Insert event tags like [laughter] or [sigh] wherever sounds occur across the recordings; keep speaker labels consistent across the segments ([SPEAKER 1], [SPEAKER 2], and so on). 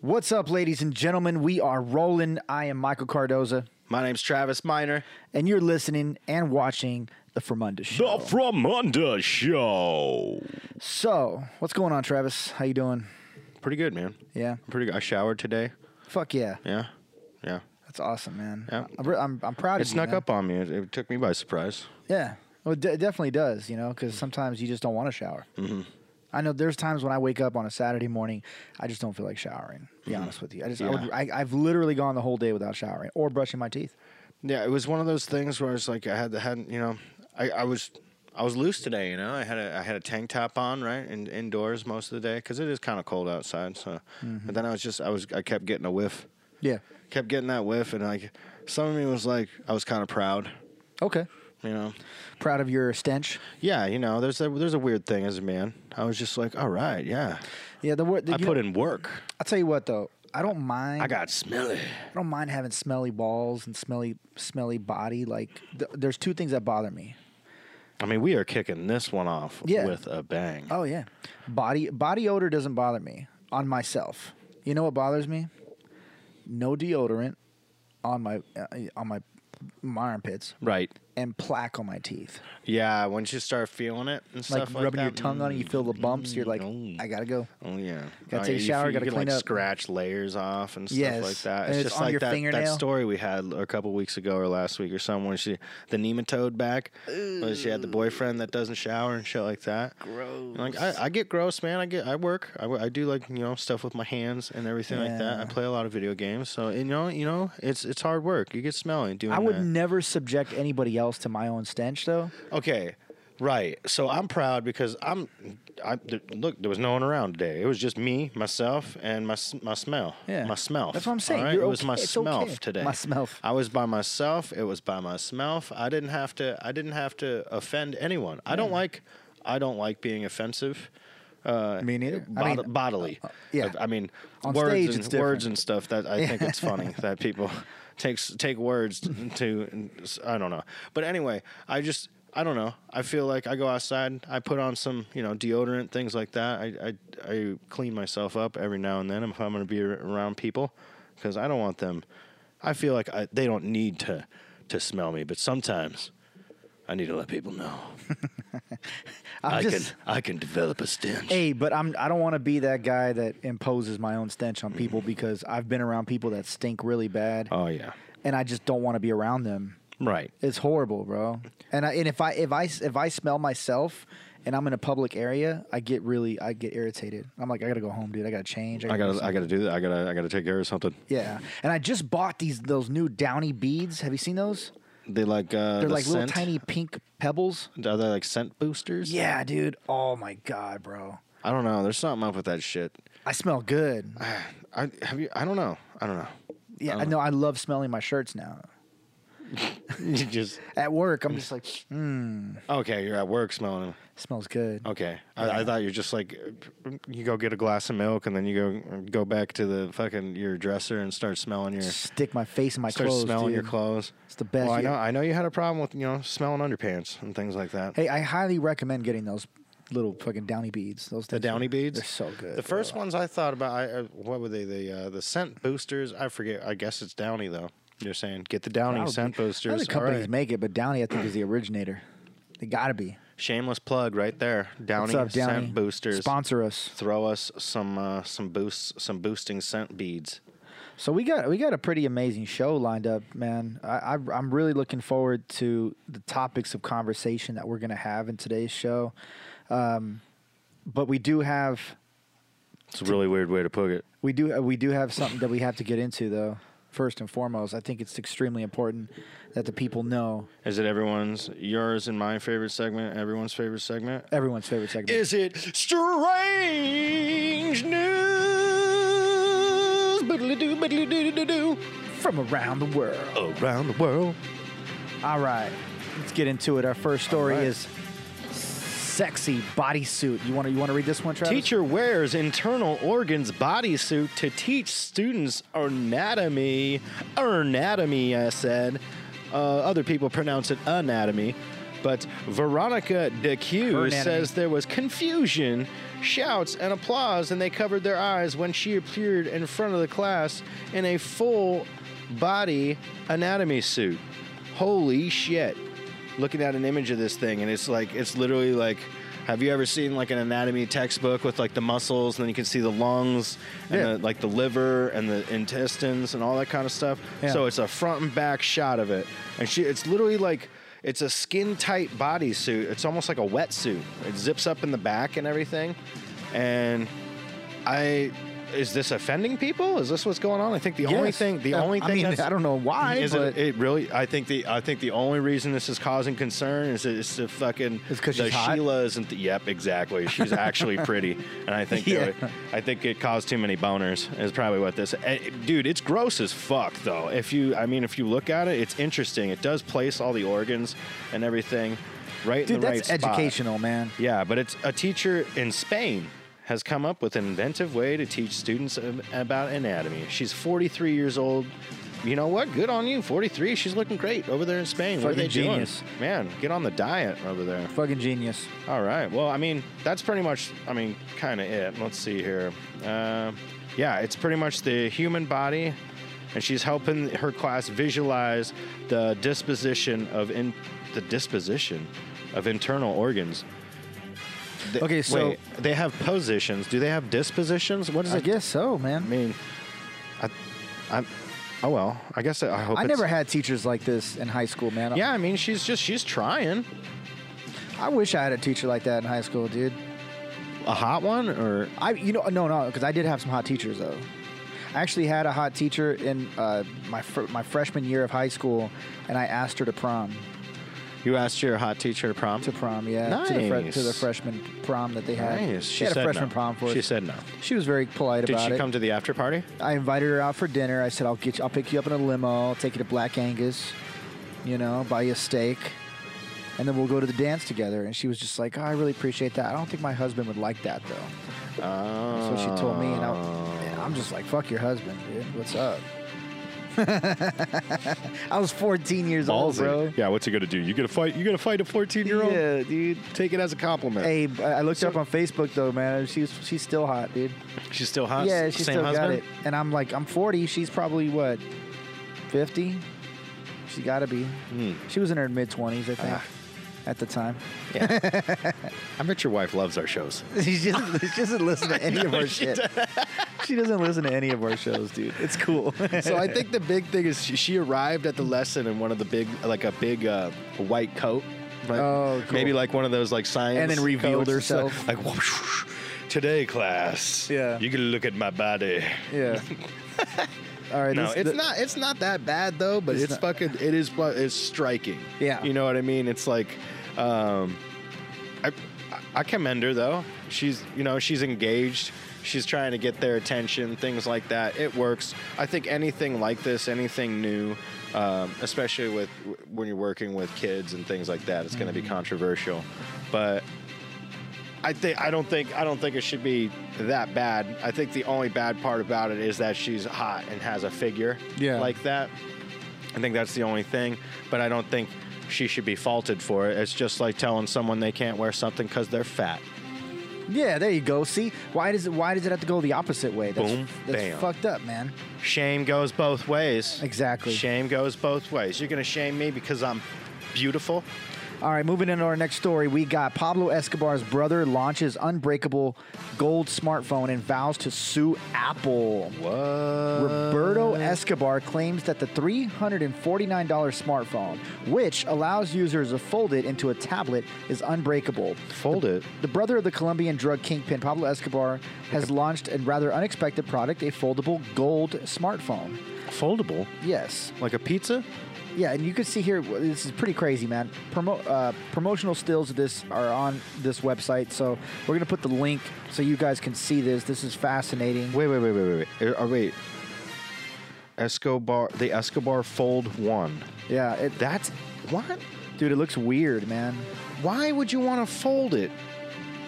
[SPEAKER 1] What's up, ladies and gentlemen? We are rolling. I am Michael Cardoza,
[SPEAKER 2] My name's Travis Miner.
[SPEAKER 1] and you're listening and watching the Formunda Show.
[SPEAKER 2] Oh.
[SPEAKER 3] The From Under Show.
[SPEAKER 1] so, what's going on, Travis? How you doing?
[SPEAKER 2] Pretty good, man.
[SPEAKER 1] Yeah.
[SPEAKER 2] I'm pretty good. I showered today.
[SPEAKER 1] Fuck yeah.
[SPEAKER 2] Yeah. Yeah.
[SPEAKER 1] That's awesome, man.
[SPEAKER 2] Yeah.
[SPEAKER 1] I'm, re- I'm, I'm proud
[SPEAKER 2] It
[SPEAKER 1] of you.
[SPEAKER 2] snuck
[SPEAKER 1] man.
[SPEAKER 2] up on me. It, it took me by surprise.
[SPEAKER 1] Yeah. Well, it de- it definitely does, you know, because sometimes you just don't want to shower. Mm-hmm. I know there's times when I wake up on a Saturday morning, I just don't feel like showering. to Be honest with you, I just I would,
[SPEAKER 2] Mm-hmm. Yeah.
[SPEAKER 1] I, I've literally gone the whole day without showering or brushing my teeth.
[SPEAKER 2] Yeah, it was one of those things where it's like I had the hadn't you know, I, I was I was loose today. You know, I had a I had a tank top on right and indoors most of the day because it is kind of cold outside. So, but then I was just I was I kept getting a whiff,
[SPEAKER 1] Yeah.
[SPEAKER 2] kept getting that whiff, and like some of me was like I was kind of proud.
[SPEAKER 1] Okay.
[SPEAKER 2] You know,
[SPEAKER 1] Proud of your stench.
[SPEAKER 2] yeah, you know, there's a there's a weird thing as a man. I was just like, all right, yeah,
[SPEAKER 1] Yeah. The word.
[SPEAKER 2] I put in work.
[SPEAKER 1] I'll tell you what though. I don't mind.
[SPEAKER 2] I got smelly.
[SPEAKER 1] I don't mind having smelly balls and smelly, smelly body. Like, th- there's two things that bother me.
[SPEAKER 2] I mean, we are kicking this one off
[SPEAKER 1] Yeah.
[SPEAKER 2] with a bang.
[SPEAKER 1] Oh yeah, body body odor doesn't bother me on myself. You know what bothers me? No deodorant on my uh, on my my armpits
[SPEAKER 2] Right.
[SPEAKER 1] and plaque on my teeth.
[SPEAKER 2] Yeah, once you start feeling it and
[SPEAKER 1] Like
[SPEAKER 2] stuff like
[SPEAKER 1] rubbing your
[SPEAKER 2] that, Mm-hmm.
[SPEAKER 1] tongue on it, you feel the bumps. you're like,
[SPEAKER 2] mm.
[SPEAKER 1] I gotta go.
[SPEAKER 2] Oh yeah,
[SPEAKER 1] Gotta
[SPEAKER 2] Oh,
[SPEAKER 1] take a
[SPEAKER 2] yeah, you
[SPEAKER 1] shower,
[SPEAKER 2] feel-
[SPEAKER 1] gotta
[SPEAKER 2] you can,
[SPEAKER 1] clean
[SPEAKER 2] like
[SPEAKER 1] up.
[SPEAKER 2] scratch layers off and stuff like
[SPEAKER 1] Yes,
[SPEAKER 2] that.
[SPEAKER 1] and
[SPEAKER 2] It's,
[SPEAKER 1] it's
[SPEAKER 2] just
[SPEAKER 1] on
[SPEAKER 2] like
[SPEAKER 1] your
[SPEAKER 2] that, that
[SPEAKER 1] fingernail.
[SPEAKER 2] story we had a couple weeks ago or last week or something when she the nematode back. When she had the boyfriend that doesn't shower and shit like that. Gross. Like I, I get gross, man. I get I work. I, wo- I do like you know stuff with my hands and everything like that. I
[SPEAKER 1] Yeah.
[SPEAKER 2] play a lot of video games, so you know you know it's it's hard work. You get smelly doing.
[SPEAKER 1] I would
[SPEAKER 2] that.
[SPEAKER 1] never subject anybody else to my own stench though.
[SPEAKER 2] Okay, right. So I'm proud because I'm. I th- look. There was no one around today. It was just me, myself, and my s- my smell.
[SPEAKER 1] Yeah.
[SPEAKER 2] my smell.
[SPEAKER 1] That's what I'm saying.
[SPEAKER 2] Alright?
[SPEAKER 1] You're
[SPEAKER 2] it was my
[SPEAKER 1] okay. It's
[SPEAKER 2] smell
[SPEAKER 1] okay.
[SPEAKER 2] today.
[SPEAKER 1] My smell.
[SPEAKER 2] I was by myself. It was by my smell. I didn't have to. I didn't have to offend anyone. I don't like. I don't like being offensive. Uh,
[SPEAKER 1] Me neither. I
[SPEAKER 2] bod-
[SPEAKER 1] mean, uh,
[SPEAKER 2] bodily.
[SPEAKER 1] yeah.
[SPEAKER 2] I mean,
[SPEAKER 1] On
[SPEAKER 2] words
[SPEAKER 1] stage,
[SPEAKER 2] and
[SPEAKER 1] it's different.
[SPEAKER 2] words and stuff. That I think
[SPEAKER 1] [laughs]
[SPEAKER 2] it's funny that people takes take words to. I don't know, but anyway, I just I don't know. I feel like I go outside. I put on some you know deodorant things like that. I I, I clean myself up every now and then if I'm going to be ar- around people because I don't want them. I feel like I, they don't need to to smell me, but sometimes. I need to let people know.
[SPEAKER 1] I'm
[SPEAKER 2] I
[SPEAKER 1] just,
[SPEAKER 2] can I can develop a stench.
[SPEAKER 1] Hey, but I'm I don't want to be that guy that imposes my own stench on people because I've been around people that stink really bad
[SPEAKER 2] Mm-hmm. Oh yeah.
[SPEAKER 1] and I just don't want to be around them.
[SPEAKER 2] Right.
[SPEAKER 1] It's horrible, bro. And I, and if I if I if I smell myself and I'm in a public area, I get really I get irritated. I'm like I got to go home, dude. I got to change.
[SPEAKER 2] I
[SPEAKER 1] gotta do
[SPEAKER 2] gotta, I gotta do that. I gotta, I gotta take care of something.
[SPEAKER 1] something." Yeah. And I just bought these those new downy beads. Have you seen those?
[SPEAKER 2] They like, uh,
[SPEAKER 1] They're
[SPEAKER 2] the
[SPEAKER 1] like little
[SPEAKER 2] scent-
[SPEAKER 1] tiny pink pebbles.
[SPEAKER 2] Are they like scent boosters?
[SPEAKER 1] Yeah, dude. Oh my god, bro.
[SPEAKER 2] I don't know. There's something up with that shit.
[SPEAKER 1] I smell good.
[SPEAKER 2] I have you. I don't know. [laughs] I don't know.
[SPEAKER 1] Yeah, I know I love smelling my shirts now.
[SPEAKER 2] you just
[SPEAKER 1] At work, I'm just like, mm,
[SPEAKER 2] okay. You're at work smelling them.
[SPEAKER 1] smells good.
[SPEAKER 2] Okay. I, I thought you're just like you go get a glass of milk and then you go go back to the fucking your dresser and start smelling your
[SPEAKER 1] Stick my face in my
[SPEAKER 2] start
[SPEAKER 1] clothes.
[SPEAKER 2] smelling your
[SPEAKER 1] dude.
[SPEAKER 2] clothes.
[SPEAKER 1] It's the best.
[SPEAKER 2] Well, I
[SPEAKER 1] You-
[SPEAKER 2] know. I know you had a problem with you know smelling underpants and things like that.
[SPEAKER 1] Hey, I highly recommend getting those little fucking downy beads. Those
[SPEAKER 2] The downy beads.
[SPEAKER 1] They're so good.
[SPEAKER 2] The first ones I thought about, I, uh, what were they? The uh, the scent boosters. I forget. I guess it's downy though. You're saying get the downy scent boosters.
[SPEAKER 1] Other
[SPEAKER 2] All
[SPEAKER 1] companies
[SPEAKER 2] right.
[SPEAKER 1] make it, but Downy I think
[SPEAKER 2] [clears throat]
[SPEAKER 1] is the originator. They gotta be.
[SPEAKER 2] Shameless plug right there. Downy,
[SPEAKER 1] What's up, Downy?
[SPEAKER 2] scent boosters.
[SPEAKER 1] Sponsor us.
[SPEAKER 2] Throw us some uh, some boosts some boosting scent beads.
[SPEAKER 1] So we got we got a pretty amazing show lined up, man. I, I I'm really looking forward to the topics of conversation that we're gonna have in today's show. Um, but we do have
[SPEAKER 2] It's a really weird way to put it.
[SPEAKER 1] we do uh, we do have something that we have to get into though. First and foremost, I think it's extremely important that the people know
[SPEAKER 2] Is it everyone's yours and my favorite segment? Everyone's favorite segment.
[SPEAKER 1] everyone's favorite segment.
[SPEAKER 2] Is it strange news? Boodly-doo, boodly-doo-doo-doo.
[SPEAKER 1] from around the world.
[SPEAKER 2] Around the world.
[SPEAKER 1] All right, let's get into it. Our first story
[SPEAKER 2] All right.
[SPEAKER 1] is sexy bodysuit. You want to you want to read this one, Travis?
[SPEAKER 2] Teacher wears internal organs bodysuit to teach students anatomy. Anatomy, I said. Uh, other people pronounce it anatomy. But
[SPEAKER 1] Her
[SPEAKER 2] Veronica DeCue
[SPEAKER 1] anatomy.
[SPEAKER 2] says there was confusion, shouts, and applause, and they covered their eyes when she appeared in front of the class in a full body anatomy suit. Holy shit. Looking at an image of this thing, and it's like, it's literally like, have you ever seen like an anatomy textbook with like the muscles, and then you can see the lungs, and
[SPEAKER 1] Yeah.
[SPEAKER 2] the, like the liver, and the intestines, and all that kind of stuff?
[SPEAKER 1] Yeah.
[SPEAKER 2] So it's a front and back shot of it, and she it's literally like it's a skin tight bodysuit. It's almost like a wetsuit. It zips up in the back and everything. And I is this offending people? Is this what's going on? I think the only
[SPEAKER 1] Yes.
[SPEAKER 2] thing the
[SPEAKER 1] Uh,
[SPEAKER 2] only
[SPEAKER 1] I
[SPEAKER 2] thing
[SPEAKER 1] mean,
[SPEAKER 2] that's-
[SPEAKER 1] I don't know why,
[SPEAKER 2] is
[SPEAKER 1] but-
[SPEAKER 2] it, it really I think the I think the only reason this is causing concern is it's the fucking
[SPEAKER 1] It's 'cause
[SPEAKER 2] the
[SPEAKER 1] she's hot?
[SPEAKER 2] Sheila isn't the, yep exactly she's
[SPEAKER 1] [laughs]
[SPEAKER 2] actually pretty and I think
[SPEAKER 1] Yeah.
[SPEAKER 2] that- I think it caused too many boners is probably what this eh, dude it's gross as fuck though if you I mean if you look at it it's interesting it does place all the organs and everything right in
[SPEAKER 1] Dude,
[SPEAKER 2] the
[SPEAKER 1] that's
[SPEAKER 2] right spot.
[SPEAKER 1] educational, man.
[SPEAKER 2] Yeah, but it's a teacher in Spain has come up with an inventive way to teach students ab- about anatomy. She's 43 years old. You know what? Good on you. 43. She's looking great over there in Spain. what are
[SPEAKER 1] Fucking
[SPEAKER 2] they
[SPEAKER 1] genius.
[SPEAKER 2] doing? Man, get on the diet over there.
[SPEAKER 1] Fucking genius.
[SPEAKER 2] All right. Well, I mean, that's pretty much, I mean, kind of it. Let's see here. Uh, yeah, it's pretty much the human body, and she's helping her class visualize the disposition of in the disposition of internal organs. They-
[SPEAKER 1] Okay, so-
[SPEAKER 2] wait, they have positions. Do they have dispositions? What is
[SPEAKER 1] I
[SPEAKER 2] it?
[SPEAKER 1] guess so, man.
[SPEAKER 2] I mean, I, I, oh well. I guess I, I hope.
[SPEAKER 1] I
[SPEAKER 2] it's-
[SPEAKER 1] never had teachers like this in high school, man.
[SPEAKER 2] Yeah, I mean, she's just she's trying
[SPEAKER 1] I wish I had a teacher like that in high school, dude.
[SPEAKER 2] a hot one, or
[SPEAKER 1] I, you know, no, no, because I did have some hot teachers though. I actually had a hot teacher in uh, my fr- my freshman year of high school, and I asked her to prom.
[SPEAKER 2] you asked your hot teacher to prom
[SPEAKER 1] To prom, yeah, to, the fre- to the
[SPEAKER 2] Nice.
[SPEAKER 1] freshman prom that they had.
[SPEAKER 2] Nice.
[SPEAKER 1] She,
[SPEAKER 2] She
[SPEAKER 1] had a
[SPEAKER 2] said
[SPEAKER 1] freshman
[SPEAKER 2] no.
[SPEAKER 1] prom for us.
[SPEAKER 2] She said no.
[SPEAKER 1] She was very polite
[SPEAKER 2] Did
[SPEAKER 1] about
[SPEAKER 2] she
[SPEAKER 1] it.
[SPEAKER 2] come to the after party?
[SPEAKER 1] I invited her out for dinner. I said, "I'll get, you, I'll pick you up in a limo. I'll take you to Black Angus, you know, buy you a steak, and then we'll go to the dance together." And she was just like, oh, "I really appreciate that. I don't think my husband would like that though."
[SPEAKER 2] Uh,
[SPEAKER 1] That's what she told me, and I, I'm just like, "Fuck your husband, dude. What's up?" [laughs] I was 14 years old, bro.
[SPEAKER 3] Yeah, what's he gonna do? You gonna fight? You gonna fight a 14 year old?
[SPEAKER 1] Yeah, dude.
[SPEAKER 2] Take it as a compliment.
[SPEAKER 1] Hey, b- I looked her up on Facebook though, man. She's she's still hot, dude.
[SPEAKER 2] She's still hot.
[SPEAKER 1] yeah,
[SPEAKER 2] S-
[SPEAKER 1] she's
[SPEAKER 2] same
[SPEAKER 1] still
[SPEAKER 2] husband?
[SPEAKER 1] got it. And I'm like, I'm 40. She's probably what, 50? She got to be.
[SPEAKER 2] Hmm.
[SPEAKER 1] She was in her mid 20s, I think,
[SPEAKER 2] Ah.
[SPEAKER 1] at the time. [laughs]
[SPEAKER 2] I bet your wife loves our shows.
[SPEAKER 1] She just she doesn't listen
[SPEAKER 2] [laughs]
[SPEAKER 1] to any of our shit. she doesn't listen to any of our shows, dude. It's cool.
[SPEAKER 2] so I think the big thing is she, she arrived at the lesson in one of the big, like a big uh, white coat. Like,
[SPEAKER 1] Oh, cool.
[SPEAKER 2] Maybe like one of those like science.
[SPEAKER 1] And then revealed
[SPEAKER 2] coats and stuff.
[SPEAKER 1] herself.
[SPEAKER 2] Like, whoosh, today class.
[SPEAKER 1] Yeah.
[SPEAKER 2] You can look at my body.
[SPEAKER 1] yeah.
[SPEAKER 2] [laughs]
[SPEAKER 1] All right.
[SPEAKER 2] No,
[SPEAKER 1] this-
[SPEAKER 2] it's
[SPEAKER 1] th-
[SPEAKER 2] not. It's not that bad though. But
[SPEAKER 1] It's
[SPEAKER 2] it's,
[SPEAKER 1] not-
[SPEAKER 2] fucking. It is. fu- It's striking.
[SPEAKER 1] Yeah.
[SPEAKER 2] You know what I mean? It's like, um, I, I commend her though. She's, you know, she's engaged. She's trying to get their attention. Things like that. It works. I think anything like this, anything new, um, especially with when you're working with kids and things like that, it's going to
[SPEAKER 1] Mm-hmm.
[SPEAKER 2] be controversial. But I think I don't think I don't think it should be that bad. I think the only bad part about it is that she's hot and has a figure
[SPEAKER 1] Yeah.
[SPEAKER 2] like that. I think that's the only thing, but I don't think she should be faulted for it. It's just like telling someone they can't wear something because they're fat.
[SPEAKER 1] Yeah, there you go. See, why does it why does it have to go the opposite way? That's,
[SPEAKER 2] Boom,
[SPEAKER 1] That's
[SPEAKER 2] bam.
[SPEAKER 1] fucked up, man.
[SPEAKER 2] Shame goes both ways.
[SPEAKER 1] Exactly.
[SPEAKER 2] Shame goes both ways. You're gonna shame me because I'm beautiful.
[SPEAKER 1] All right, moving into our next story, we got Pablo Escobar's brother launches unbreakable gold smartphone and vows to sue Apple.
[SPEAKER 2] What? Uh.
[SPEAKER 1] Roberto Escobar claims that the $349 smartphone, which allows users to fold it into a tablet, is unbreakable.
[SPEAKER 2] Fold it.
[SPEAKER 1] The brother of the Colombian drug kingpin Pablo Escobar has launched a rather unexpected product, a foldable gold smartphone.
[SPEAKER 2] Foldable.
[SPEAKER 1] Yes.
[SPEAKER 2] Like a pizza?
[SPEAKER 1] Yeah, and you can see here. This is pretty crazy, man. Promo, uh, promotional stills of this are on this website, so we're gonna put the link so you guys can see this. This is fascinating.
[SPEAKER 2] Wait, wait, wait, wait, wait, wait. Uh, wait. Escobar, the Escobar Fold One.
[SPEAKER 1] Yeah, it,
[SPEAKER 2] That's what?
[SPEAKER 1] dude, it looks weird, man.
[SPEAKER 2] Why would you want to fold it?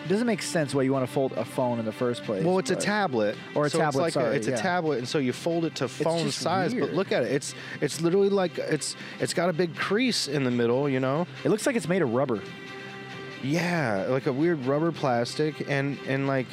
[SPEAKER 1] It doesn't make sense why you want to fold a phone in the first place.
[SPEAKER 2] Well, it's a
[SPEAKER 1] but-
[SPEAKER 2] tablet
[SPEAKER 1] Or a
[SPEAKER 2] so It's,
[SPEAKER 1] tablet,
[SPEAKER 2] like
[SPEAKER 1] sorry,
[SPEAKER 2] a, it's
[SPEAKER 1] yeah.
[SPEAKER 2] a tablet, and so you fold it to phone
[SPEAKER 1] just
[SPEAKER 2] size.
[SPEAKER 1] weird.
[SPEAKER 2] But look at it. It's it's literally like it's it's got a big crease in the middle. You know.
[SPEAKER 1] It looks like it's made of rubber.
[SPEAKER 2] Yeah, like a weird rubber plastic, and and like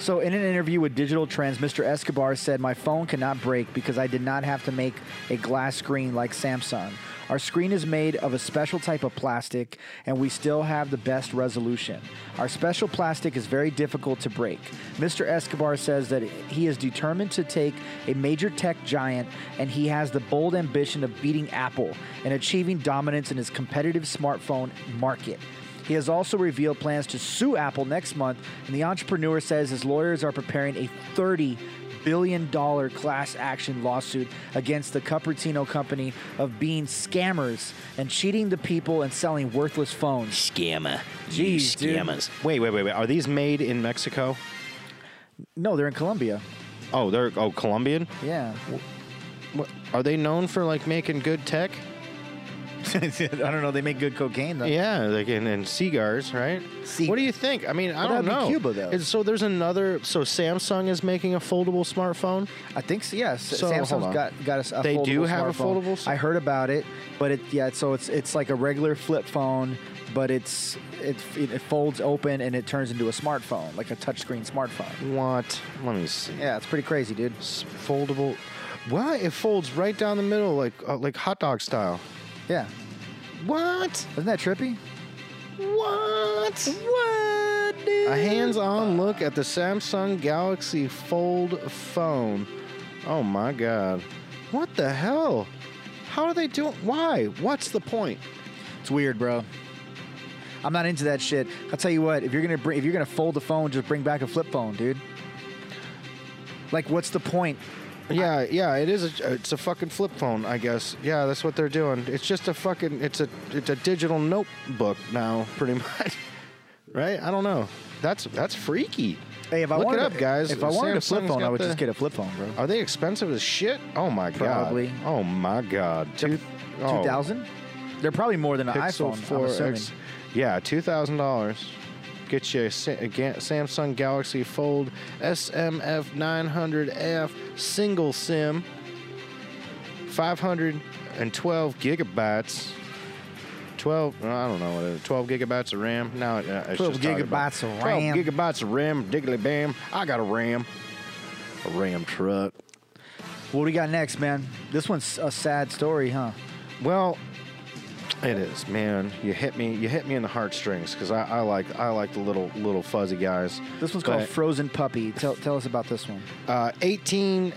[SPEAKER 1] So, in an interview with Digital Trends, Mr. Escobar said, My phone cannot break because I did not have to make a glass screen like Samsung. Our screen is made of a special type of plastic, and we still have the best resolution. Our special plastic is very difficult to break. Mr. Escobar says that he is determined to take a major tech giant, and he has the bold ambition of beating Apple and achieving dominance in his competitive smartphone market. He has also revealed plans to sue Apple next month, and the entrepreneur says his lawyers are preparing a $30 billion class action lawsuit against the Cupertino company of being scammers and cheating the people and selling worthless phones.
[SPEAKER 2] scammer.
[SPEAKER 1] Jeez, dude.
[SPEAKER 2] scammers. Wait, wait, wait, wait. Are these made in Mexico?
[SPEAKER 1] No, they're in Colombia.
[SPEAKER 2] Oh, they're oh Colombian.
[SPEAKER 1] Yeah.
[SPEAKER 2] What, are they known for like making good tech?
[SPEAKER 1] I don't know. They make good cocaine, though.
[SPEAKER 2] Yeah, like and, and cigars, right?
[SPEAKER 1] Cig-
[SPEAKER 2] what do you think? I mean, I
[SPEAKER 1] Well,
[SPEAKER 2] don't
[SPEAKER 1] that'd
[SPEAKER 2] know.
[SPEAKER 1] be Cuba, though.
[SPEAKER 2] And so there's another. So Samsung is making a foldable smartphone.
[SPEAKER 1] I think so. Yes,
[SPEAKER 2] So, hold
[SPEAKER 1] Samsung's
[SPEAKER 2] on.
[SPEAKER 1] got got a, s- a
[SPEAKER 2] They
[SPEAKER 1] foldable
[SPEAKER 2] do have a
[SPEAKER 1] smartphone.
[SPEAKER 2] foldable s-
[SPEAKER 1] I heard about it, but it yeah. So it's it's like a regular flip phone, but it's it it, it folds open and it turns into a smartphone, like a touchscreen smartphone.
[SPEAKER 2] What? Let me see.
[SPEAKER 1] Yeah, it's pretty crazy, dude.
[SPEAKER 2] It's foldable. What? It folds right down the middle, like uh, like hot dog style.
[SPEAKER 1] Yeah,
[SPEAKER 2] What?
[SPEAKER 1] isn't that trippy?
[SPEAKER 2] What? What? A hands-on look at the Samsung Galaxy Fold phone. Oh my God! What the hell? How are they doing? Why? What's the point?
[SPEAKER 1] It's weird, bro. I'm not into that shit. I'll tell you what. If you're gonna bring, if you're gonna fold the phone, just bring back a flip phone, dude. Like, what's the point?
[SPEAKER 2] Yeah, yeah, it is. A, it's a fucking flip phone, I guess. Yeah, that's what they're doing. It's just a fucking. It's a. It's a digital notebook now, pretty [laughs] much. right? I don't know. That's that's freaky.
[SPEAKER 1] Hey, if I
[SPEAKER 2] look
[SPEAKER 1] wanted
[SPEAKER 2] it up,
[SPEAKER 1] to-
[SPEAKER 2] guys.
[SPEAKER 1] if I wanted a flip
[SPEAKER 2] Samsung's
[SPEAKER 1] phone, I
[SPEAKER 2] got
[SPEAKER 1] would
[SPEAKER 2] the-
[SPEAKER 1] just get a flip phone, bro.
[SPEAKER 2] Are they expensive as shit? Oh my
[SPEAKER 1] Probably.
[SPEAKER 2] god. Oh my god. Two oh.
[SPEAKER 1] Two thousand? They're probably more than an
[SPEAKER 2] Pixel
[SPEAKER 1] iPhone. I'm
[SPEAKER 2] 4
[SPEAKER 1] assuming.
[SPEAKER 2] X. Yeah, two thousand dollars. Get you a, Sa- a Ga- Samsung Galaxy Fold SMF 900F single SIM, 512 gigabytes. 12, no, I don't know what it is. 12 gigabytes of RAM. Now it, uh, it's
[SPEAKER 1] 12
[SPEAKER 2] just talking about-
[SPEAKER 1] gigabytes of
[SPEAKER 2] 12
[SPEAKER 1] RAM.
[SPEAKER 2] gigabytes of RAM. Diggly bam. I got a RAM. A RAM truck.
[SPEAKER 1] What do we got next, man? This one's a sad story, huh?
[SPEAKER 2] Well, it is, man. You hit me. You hit me in the heartstrings because I, I like I like the little little fuzzy guys.
[SPEAKER 1] This one's called
[SPEAKER 2] But,
[SPEAKER 1] Frozen Puppy. Tell, tell us about this one.
[SPEAKER 2] uh, 18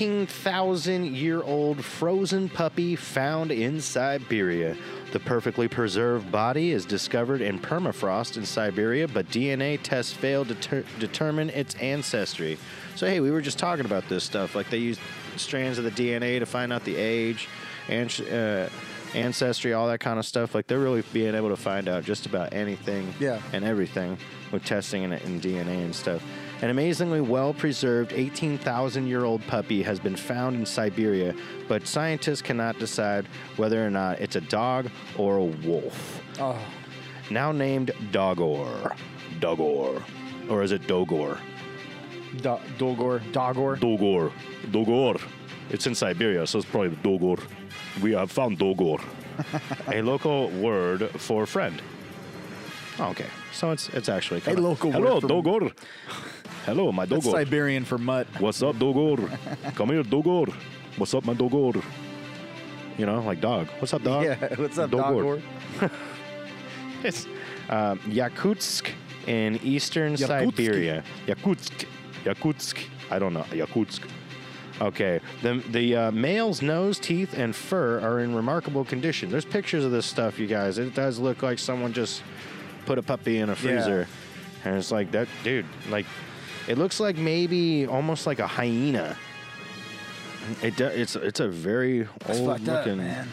[SPEAKER 2] 18,000 year old frozen puppy found in Siberia. The perfectly preserved body is discovered in permafrost in Siberia, but DNA tests failed to ter- determine its ancestry. So hey, we were just talking about this stuff. Like they used strands of the DNA to find out the age, and uh, ancestry, all that kind of stuff. Like they're really being able to find out just about anything
[SPEAKER 1] Yeah.
[SPEAKER 2] and everything with testing and, and DNA and stuff. An amazingly well preserved 18,000 year old puppy has been found in Siberia, but scientists cannot decide whether or not it's a dog or a wolf.
[SPEAKER 1] Oh,
[SPEAKER 2] Now named Dogor. Dogor. Or is it Dogor?
[SPEAKER 1] Do- Dolgor. Dogor.
[SPEAKER 3] Dogor. Dogor. It's in Siberia, so it's probably Dogor. We have found
[SPEAKER 1] [laughs]
[SPEAKER 3] Dogor. a local word for friend.
[SPEAKER 2] Oh, okay. So it's it's actually
[SPEAKER 1] Hey,
[SPEAKER 2] kinda-
[SPEAKER 1] local
[SPEAKER 3] Hello,
[SPEAKER 1] word for-
[SPEAKER 3] Dogor. Hello, my
[SPEAKER 1] That's
[SPEAKER 3] Dogor.
[SPEAKER 1] Siberian for mutt.
[SPEAKER 3] What's up, Dogor? Come here, Dogor. What's up, my Dogor?
[SPEAKER 2] you know, like dog. What's up, dog?
[SPEAKER 1] Yeah, [laughs] what's up,
[SPEAKER 2] Dogor.
[SPEAKER 1] Dogor?
[SPEAKER 2] Yes. Um, Yakutsk in eastern
[SPEAKER 3] Yakutsk.
[SPEAKER 2] Siberia.
[SPEAKER 3] Yakutsk. Yakutsk.
[SPEAKER 2] I don't know. Yakutsk. Okay. The, the uh, male's nose, teeth, and fur are in remarkable condition. There's pictures of this stuff, you guys. It does look like someone just put a puppy in a freezer. And it's like, that, dude, like, it looks like maybe almost like a hyena. It do, it's it's a very
[SPEAKER 1] It's
[SPEAKER 2] old
[SPEAKER 1] fucked up,
[SPEAKER 2] looking
[SPEAKER 1] man.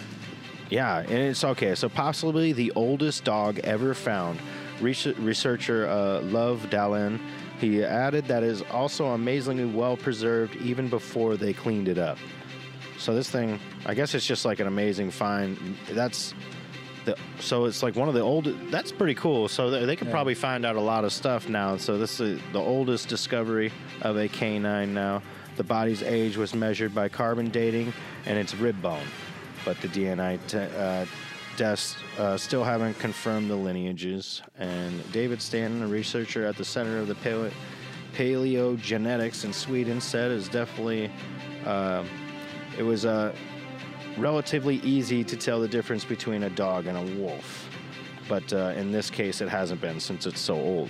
[SPEAKER 2] yeah, and it's okay. So possibly the oldest dog ever found. Research, researcher uh, Love Dallin, he added that is also amazingly well preserved even before they cleaned it up. So this thing, I guess it's just like an amazing find. That's The, so it's like one of the old. That's pretty cool. So they, they could probably find out a lot of stuff now. So this is the oldest discovery of a canine now. The body's age was measured by carbon dating and its rib bone, but the DNA te- uh, tests uh, still haven't confirmed the lineages. And David Stanton, a researcher at the Center of the Pale- Paleogenetics in Sweden, said is definitely. Uh, it was Uh, relatively easy to tell the difference between a dog and a wolf. But uh, in this case, it hasn't been since it's so old.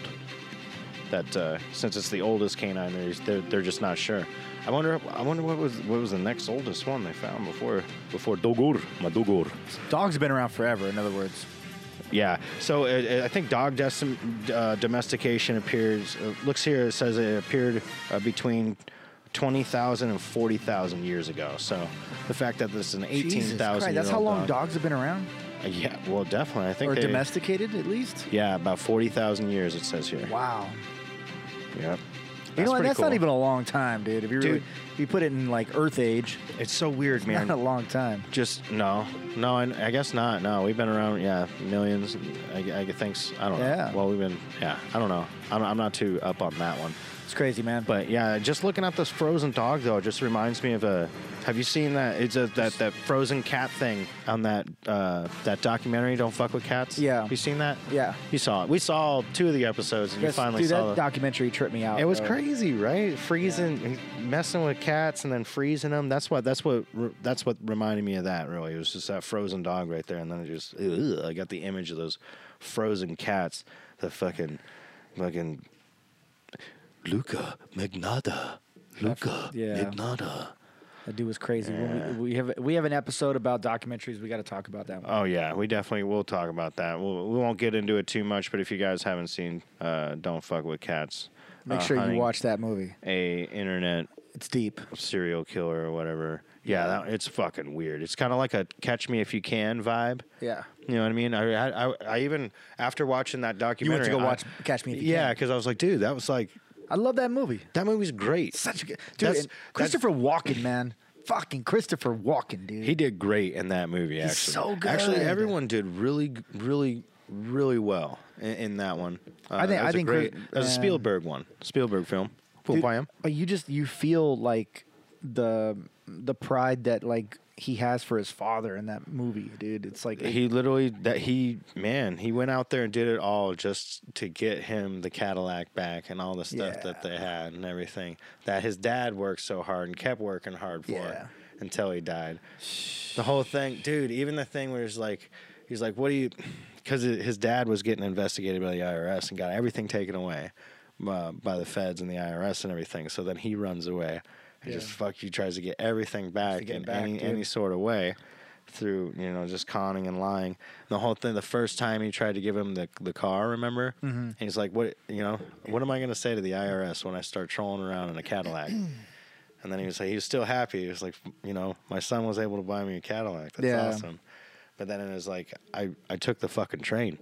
[SPEAKER 2] That uh, since it's the oldest canine, they're, they're they're just not sure. I wonder. I wonder what was what was the next oldest one they found before before
[SPEAKER 3] Dogur, my Dogur.
[SPEAKER 1] Dog's been around forever. In other words,
[SPEAKER 2] Yeah. So it, it- I think dog deci- uh, domestication appears. Uh, looks here. It says it appeared uh, between. 20,000 and 40,000 years ago. So the fact that this is an
[SPEAKER 1] Jesus
[SPEAKER 2] 18,000
[SPEAKER 1] Christ,
[SPEAKER 2] year
[SPEAKER 1] That's how
[SPEAKER 2] old
[SPEAKER 1] long
[SPEAKER 2] dog-
[SPEAKER 1] dogs have been around,
[SPEAKER 2] Uh, Yeah, well, definitely. I think
[SPEAKER 1] or
[SPEAKER 2] they-
[SPEAKER 1] domesticated at least.
[SPEAKER 2] Yeah, about forty thousand years it says here.
[SPEAKER 1] Wow.
[SPEAKER 2] Yep.
[SPEAKER 1] you know what?
[SPEAKER 2] pretty
[SPEAKER 1] That's
[SPEAKER 2] cool.
[SPEAKER 1] not even a long time, dude. If you really,
[SPEAKER 2] Dude.
[SPEAKER 1] if you put it in like Earth age, [laughs]
[SPEAKER 2] It's so weird, man.
[SPEAKER 1] not a long time.
[SPEAKER 2] Just no, no. I, I guess not. No, we've been around. Yeah, millions. I, I thanks. I don't know.
[SPEAKER 1] Yeah.
[SPEAKER 2] Well, we've been. Yeah, I don't know. I'm, I'm not too up on that one.
[SPEAKER 1] It's crazy, man.
[SPEAKER 2] But yeah, just looking at this frozen dog though, just reminds me of a. Have you seen that? It's a, that that frozen cat thing on that uh, that documentary. Don't fuck with cats.
[SPEAKER 1] Yeah.
[SPEAKER 2] Have you seen that?
[SPEAKER 1] Yeah.
[SPEAKER 2] You saw it. We saw two of the episodes, and
[SPEAKER 1] That's-
[SPEAKER 2] you finally
[SPEAKER 1] dude,
[SPEAKER 2] saw
[SPEAKER 1] that
[SPEAKER 2] the-
[SPEAKER 1] documentary tripped me out.
[SPEAKER 2] It was
[SPEAKER 1] bro.
[SPEAKER 2] crazy, right? Freezing, messing with cats, and then freezing them. That's what. That's what. re- That's what reminded me of that. Really, it was just that frozen dog right there, and then it just. Ugh, I got the image of those frozen cats. The fucking, fucking. Luca Magnata, Luca
[SPEAKER 1] yeah.
[SPEAKER 2] Magnata.
[SPEAKER 1] That dude was crazy. When We, we have we have an episode about documentaries. We got to talk about that one.
[SPEAKER 2] Oh yeah, we definitely will talk about that. We'll, we won't get into it too much, but if you guys haven't seen, uh, don't fuck with cats.
[SPEAKER 1] Make
[SPEAKER 2] uh,
[SPEAKER 1] sure you
[SPEAKER 2] hunting
[SPEAKER 1] watch that movie.
[SPEAKER 2] a internet
[SPEAKER 1] It's deep.
[SPEAKER 2] serial killer or whatever. Yeah, that, it's fucking weird. It's kind of like a catch me if you can vibe.
[SPEAKER 1] Yeah.
[SPEAKER 2] You know what I mean? I I, I, I even after watching that documentary,
[SPEAKER 1] go
[SPEAKER 2] I-
[SPEAKER 1] watch Catch Me If You
[SPEAKER 2] yeah,
[SPEAKER 1] Can.
[SPEAKER 2] because I was like, dude, that was like
[SPEAKER 1] I love that movie.
[SPEAKER 2] that movie's great.
[SPEAKER 1] Such a good dude.
[SPEAKER 2] That's-
[SPEAKER 1] and Christopher Walken, man. Fucking Christopher Walken, dude.
[SPEAKER 2] He did great in that movie. Actually,
[SPEAKER 1] so good.
[SPEAKER 2] Actually, everyone did really, really, really well in, in that one. Uh,
[SPEAKER 1] I think-
[SPEAKER 2] that
[SPEAKER 1] I
[SPEAKER 2] was a
[SPEAKER 1] think uh,
[SPEAKER 2] great,
[SPEAKER 1] Chris-
[SPEAKER 2] that was a
[SPEAKER 1] man.
[SPEAKER 2] Spielberg one, Spielberg film. Poop
[SPEAKER 1] Dude,
[SPEAKER 2] I am.
[SPEAKER 1] But you just you feel like the the pride that like he has for his father in that movie, dude. It's like
[SPEAKER 2] he literally that he man he went out there and did it all just to get him the Cadillac back and all the stuff
[SPEAKER 1] Yeah.
[SPEAKER 2] that they had and everything that his dad worked so hard and kept working hard for
[SPEAKER 1] Yeah.
[SPEAKER 2] until he died. The whole thing, dude. Even the thing where he's like, he's like, "What do you?" Because his dad was getting investigated by the IRS and got everything taken away uh, by the feds and the IRS and everything. So then he runs away and
[SPEAKER 1] Yeah.
[SPEAKER 2] just fuck you tries to get everything back
[SPEAKER 1] to get
[SPEAKER 2] in
[SPEAKER 1] back,
[SPEAKER 2] any,
[SPEAKER 1] dude.
[SPEAKER 2] any sort of way through you know just conning and lying the whole thing the first time he tried to give him the, the car remember mm-hmm. he's like what you know what am i going to say to the irs when i start trolling around in
[SPEAKER 1] [clears throat]
[SPEAKER 2] a cadillac and then he was like he was still happy he was like you know my son was able to buy me a cadillac that's
[SPEAKER 1] Yeah.
[SPEAKER 2] awesome but then it was like i i took the fucking train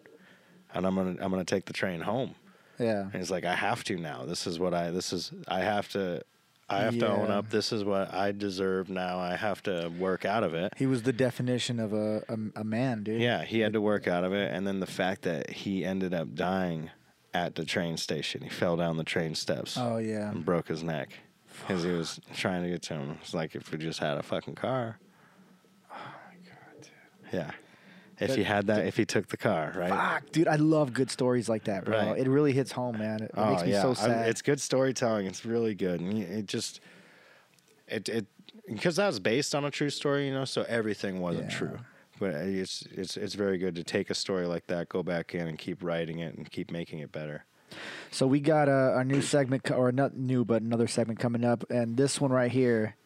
[SPEAKER 2] and i'm gonna i'm gonna take the train home
[SPEAKER 1] yeah.
[SPEAKER 2] and he's like, I have to now. This is what I. This is I have to. I have to own
[SPEAKER 1] Yeah.
[SPEAKER 2] up. This is what I deserve now. I have to work out of it.
[SPEAKER 1] He was the definition of a a, a man, dude.
[SPEAKER 2] Yeah, he had to work out of it, and then the fact that he ended up dying at the train station. He fell down the train steps.
[SPEAKER 1] Oh, yeah.
[SPEAKER 2] and broke his neck because he was trying to get to him. It's like if we just had a fucking car. Oh my god, dude. Yeah, if he had that, if he took the car, right?
[SPEAKER 1] Fuck, dude, I love good stories like that, bro.
[SPEAKER 2] Right.
[SPEAKER 1] It really hits home, man. It, it makes me so
[SPEAKER 2] I'm-
[SPEAKER 1] sad.
[SPEAKER 2] Oh, it's good storytelling. It's really good, and you- it just it it because that was based on a true story, you know. So everything wasn't
[SPEAKER 1] Yeah.
[SPEAKER 2] true, but it's it's it's very good to take a story like that, go back in and keep writing it and keep making it better.
[SPEAKER 1] So we got a, a new segment, co- or not new, but another segment coming up, and this one right here